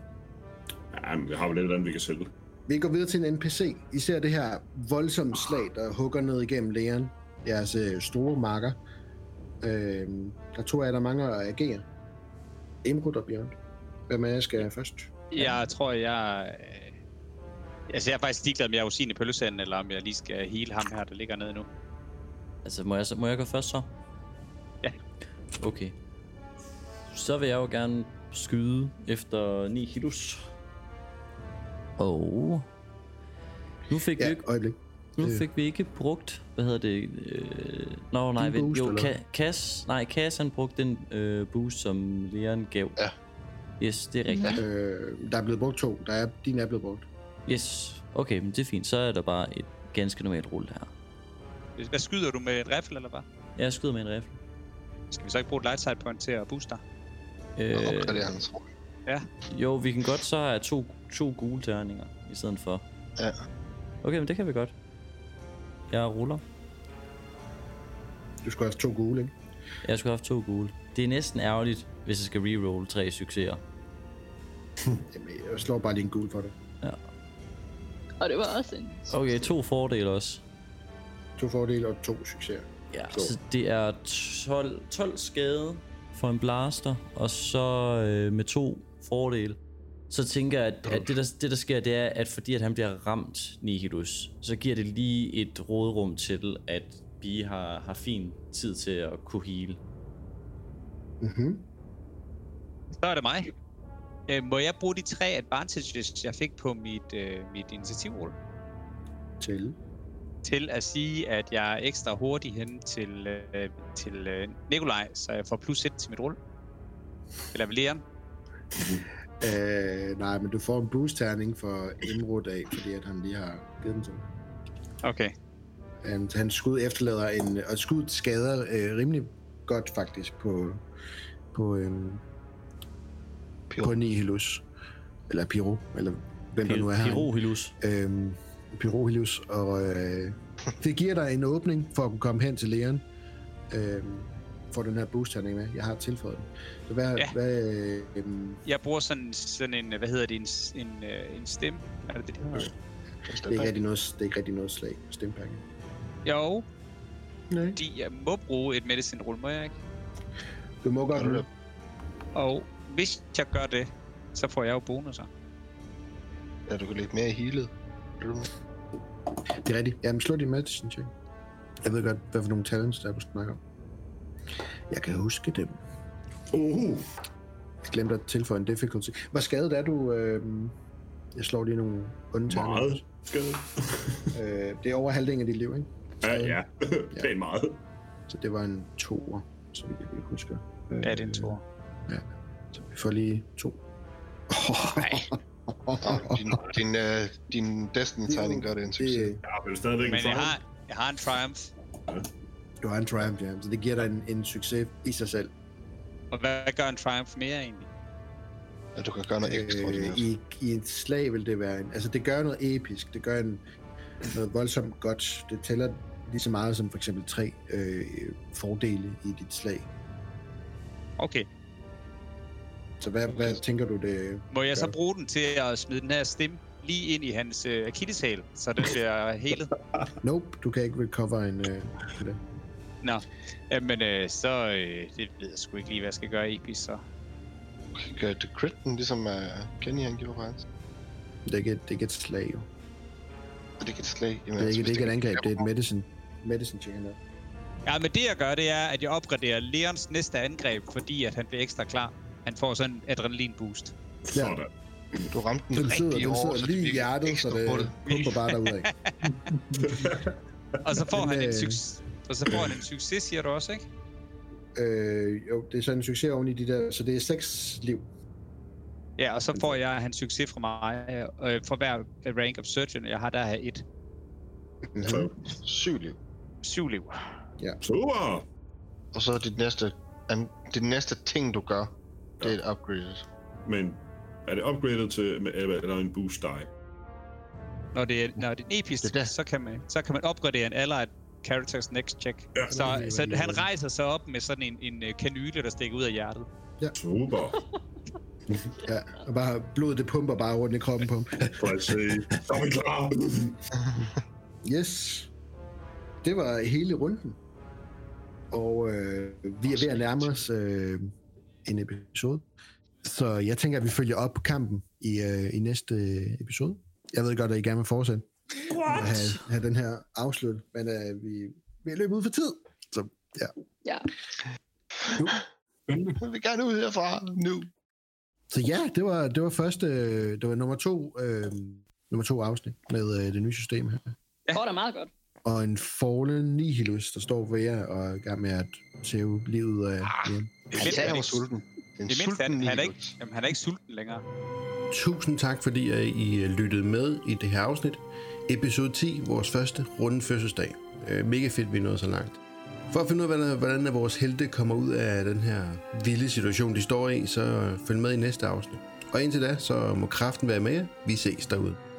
Speaker 9: ja men vi har vel lidt andet, vi kan sælge.
Speaker 2: Vi går videre til en NPC. I ser det her voldsomme slag, der hugger ned igennem lægeren. Jeres øh, store marker. Øh, der tror jeg, der er mange at agere. Imrud og Bjørn. Hvem af jer skal først?
Speaker 5: Jeg tror, jeg... øh, Altså, jeg er faktisk ligeglad, om jeg er usin i pølsanden, eller om jeg lige skal hele ham her, der ligger nede nu.
Speaker 3: Altså, må jeg, så- må jeg gå først så?
Speaker 5: Ja.
Speaker 3: Okay. Så vil jeg jo gerne skyde efter Nihilus. Og... Nu fik, ja. vi,
Speaker 2: Ja,
Speaker 3: ikke,
Speaker 2: øjeblik.
Speaker 3: nu
Speaker 2: øh.
Speaker 3: fik vi ikke brugt, hvad hedder det? Øh, Nå, nej,
Speaker 2: Din
Speaker 3: vent,
Speaker 2: boost,
Speaker 3: jo,
Speaker 2: eller
Speaker 3: Ka- Kas, nej, Kas han brugte den øh, boost, som Leon gav.
Speaker 6: Ja.
Speaker 3: Yes, det er rigtigt.
Speaker 2: Øh, der er blevet brugt to. Der er, din er blevet brugt.
Speaker 3: Yes, okay, men det er fint. Så er der bare et ganske normalt rulle her.
Speaker 5: Hvad skyder du med en rifle, eller hvad?
Speaker 3: Jeg skyder med en rifle.
Speaker 5: Skal vi så ikke bruge et light side point til at booste dig?
Speaker 6: Og
Speaker 3: Øh,
Speaker 6: opgraderer hans rolle.
Speaker 3: Jo, vi kan godt så have to, to gule terninger i stedet for.
Speaker 6: Ja.
Speaker 3: Okay, men det kan vi godt. Jeg ruller.
Speaker 2: Du skulle have haft to gule, ikke?
Speaker 3: Jeg skulle have haft to gule. Det er næsten ærgerligt, hvis jeg skal reroll tre succeser.
Speaker 2: Jamen, jeg slår bare lige en gul for det.
Speaker 4: Og det var også en...
Speaker 3: Okay, to fordele også.
Speaker 2: To fordele og to succeser.
Speaker 3: Ja, så det er 12, 12 skade for en blaster, og så øh, med to fordele. Så tænker jeg, at, at det, der, det der sker, det er, at fordi at han bliver ramt, Nihilus, så giver det lige et rådrum til, at vi har, har fin tid til at kunne heal.
Speaker 2: Mhm.
Speaker 5: Så er det mig. Øh, må jeg bruge de tre advantages, jeg fik på mit, øh, mit initiativrulle?
Speaker 2: Til.
Speaker 5: Til at sige, at jeg er ekstra hurtig hen til, øh, til øh, Nikolaj, så jeg får plus 1 til mit rulle. Eller ved Leon.
Speaker 2: Øh, nej, men du får en boost-terning for Imrud af, fordi at han lige har givet den til. dig.
Speaker 5: Okay.
Speaker 2: Han, Øhm, hans skud efterlader en, og skud skader øh, rimelig godt faktisk på, på, øhm,
Speaker 6: Piro.
Speaker 2: på Nihilus, eller Piro, eller hvem der nu er her.
Speaker 3: Pyrohilus.
Speaker 2: Øhm, Pyrohilius, og
Speaker 6: [laughs]
Speaker 2: øh, det giver dig en åbning for at kunne komme hen til lægeren. Øh, får den her boost med. Jeg har tilføjet den. Så hvad, ja.
Speaker 5: Ja.
Speaker 2: hvad øh, øhm,
Speaker 5: Jeg bruger sådan, sådan en, hvad hedder det, en, s- en, øh, en stem? Er det det, det hedder?
Speaker 2: det, er ikke rigtig noget, det er ikke rigtig noget slag på stempakken.
Speaker 5: Jo,
Speaker 2: Nej.
Speaker 5: fordi jeg må bruge et medicine rulle, må jeg ikke?
Speaker 2: Du må godt
Speaker 6: Gør du
Speaker 2: nu.
Speaker 6: det?
Speaker 5: Og hvis jeg gør det, så får jeg jo bonusser.
Speaker 6: Ja, du kan lidt mere i healet. Ved du?
Speaker 2: Det er rigtigt. Jamen, slå din medicine check. Jeg ved godt, hvad for nogle talents, der er, du snakker om. Jeg kan huske dem.
Speaker 9: Uh,
Speaker 2: Jeg glemte at tilføje en difficulty. Hvor skadet er du? Øh... Jeg slår lige nogle onde terninger.
Speaker 9: meget. Skade.
Speaker 2: Øh, det er over halvdelen af dit liv, ikke?
Speaker 9: Ja, ja. [laughs] Pænt meget.
Speaker 2: Så det var en toer, som jeg lige husker. Øh,
Speaker 5: Ja, det er en tor.
Speaker 2: Så vi får lige to.
Speaker 6: Din, din, øh, din Destiny-tegning gør det en succes.
Speaker 2: [laughs] Det,
Speaker 9: Jeg har vel stadigvæk
Speaker 5: Men
Speaker 9: en fejl.
Speaker 5: jeg har, jeg har en triumph.
Speaker 2: du har en triumph, ja. Så det giver dig en, en succes i sig selv.
Speaker 5: Og hvad gør en triumph mere egentlig?
Speaker 6: At du kan gøre noget
Speaker 2: Øh,
Speaker 6: ekstraordinært.
Speaker 2: i, I et slag vil det være en... Altså, det gør noget episk. Det gør en, noget voldsomt godt. Det tæller lige så meget som for eksempel tre øh, fordele i dit slag.
Speaker 5: Okay.
Speaker 2: Så hvad, okay. hvad tænker du det...
Speaker 5: Må jeg så
Speaker 2: Ja.
Speaker 5: bruge den til at smide den her stem lige ind i hans øh, akilleshæl, så den bliver helet?
Speaker 2: [laughs] Nope, du kan ikke recover en... Øh, for det.
Speaker 5: Jamen, øh, så øh, det ved jeg sgu ikke lige, hvad jeg skal gøre episk, så.
Speaker 6: Du kan gøre det critten, ligesom uh, Kenny han gjorde faktisk.
Speaker 2: det, er ikke, det er ikke et slag, jo.
Speaker 6: Og det kan et slag. Jamen,
Speaker 2: Det er
Speaker 6: altså,
Speaker 2: ikke,
Speaker 6: hvis
Speaker 2: det er ikke et angreb, det er et
Speaker 6: kan-
Speaker 2: medicine. Medicine check, han laver.
Speaker 5: Ja, men det jeg gør, det er, at jeg opgraderer Leons næste angreb, fordi at han bliver ekstra klar. Han får sådan en adrenalin boost.
Speaker 2: Ja.
Speaker 9: Sådan.
Speaker 6: Du ramte den,
Speaker 2: Den
Speaker 6: rigtig
Speaker 2: sidder, den
Speaker 6: hårdt, så
Speaker 2: sidder
Speaker 6: det
Speaker 2: lige i
Speaker 6: virkede
Speaker 2: hjertet, så
Speaker 6: ekstra
Speaker 2: det
Speaker 6: på det.
Speaker 2: pumper bare derudad.
Speaker 5: Og så får
Speaker 2: Men,
Speaker 5: han en
Speaker 2: øh,
Speaker 5: succes. Og så får han en succes, siger du også, ikke?
Speaker 2: Øh, jo, det er sådan en succes oven i de der, så det er seks liv.
Speaker 5: Ja, og så får jeg hans succes fra mig, øh, for hver rank of surgeon, jeg har der her et
Speaker 9: Så-
Speaker 6: Syv liv.
Speaker 5: syv liv.
Speaker 9: Super!
Speaker 6: Og så dit næste, an, det næste ting, du gør, det er et upgrade.
Speaker 9: Men er det upgradet til, med- eller eller en boost die?
Speaker 5: Når det er, når det er en episk,
Speaker 6: Det er der.
Speaker 5: så kan, man, så kan man opgradere en allied characters next check.
Speaker 9: Ja.
Speaker 5: Så,
Speaker 2: Det er
Speaker 5: så
Speaker 2: lige-
Speaker 5: han rejser sig op med sådan en, en øh, kanyle, der stikker ud af hjertet.
Speaker 9: Super.
Speaker 2: Ja, og bare blodet, det pumper bare rundt i kroppen på ham.
Speaker 9: Præcis. Så er vi klar.
Speaker 2: Yes. Det var hele runden. Og øh, vi er ved at nærme os øh, en episode. Så jeg tænker, at vi følger op på kampen i, øh, i næste episode. Jeg ved godt, at I gerne vil fortsætte. What? At have, have den her afsluttet, men øh, vi, vi er løbet ud for tid. Så ja.
Speaker 4: Ja.
Speaker 6: Jeg vil gerne ud herfra, nu.
Speaker 2: Så ja, det var, det var første, øh, det var nummer to, øh, nummer to afsnit med øh, det nye system her.
Speaker 4: Det går da meget godt.
Speaker 2: Og en Fallen Nihilus, der står ved jer og er i gang med at tæve livet øh, af jer.
Speaker 5: Det
Speaker 6: Han
Speaker 5: mindste,
Speaker 6: sagde,
Speaker 5: han
Speaker 6: han var
Speaker 5: ikke-
Speaker 6: sulten. En
Speaker 5: Det mindste er,
Speaker 6: sulten
Speaker 5: at han er,
Speaker 6: idiot.
Speaker 5: ikke, jamen, han er ikke sulten længere.
Speaker 2: Tusind tak, fordi øh, I øh, lyttede med i det her afsnit. Episode 10, vores første runde fødselsdag. Øh, Mega fedt, vi nåede så langt. For at finde ud af, hvordan- hvordan at vores helte kommer ud af den her vilde situation, de står i, så øh, følg med i næste afsnit. Og indtil da, så må kraften være med jer. Vi ses derude.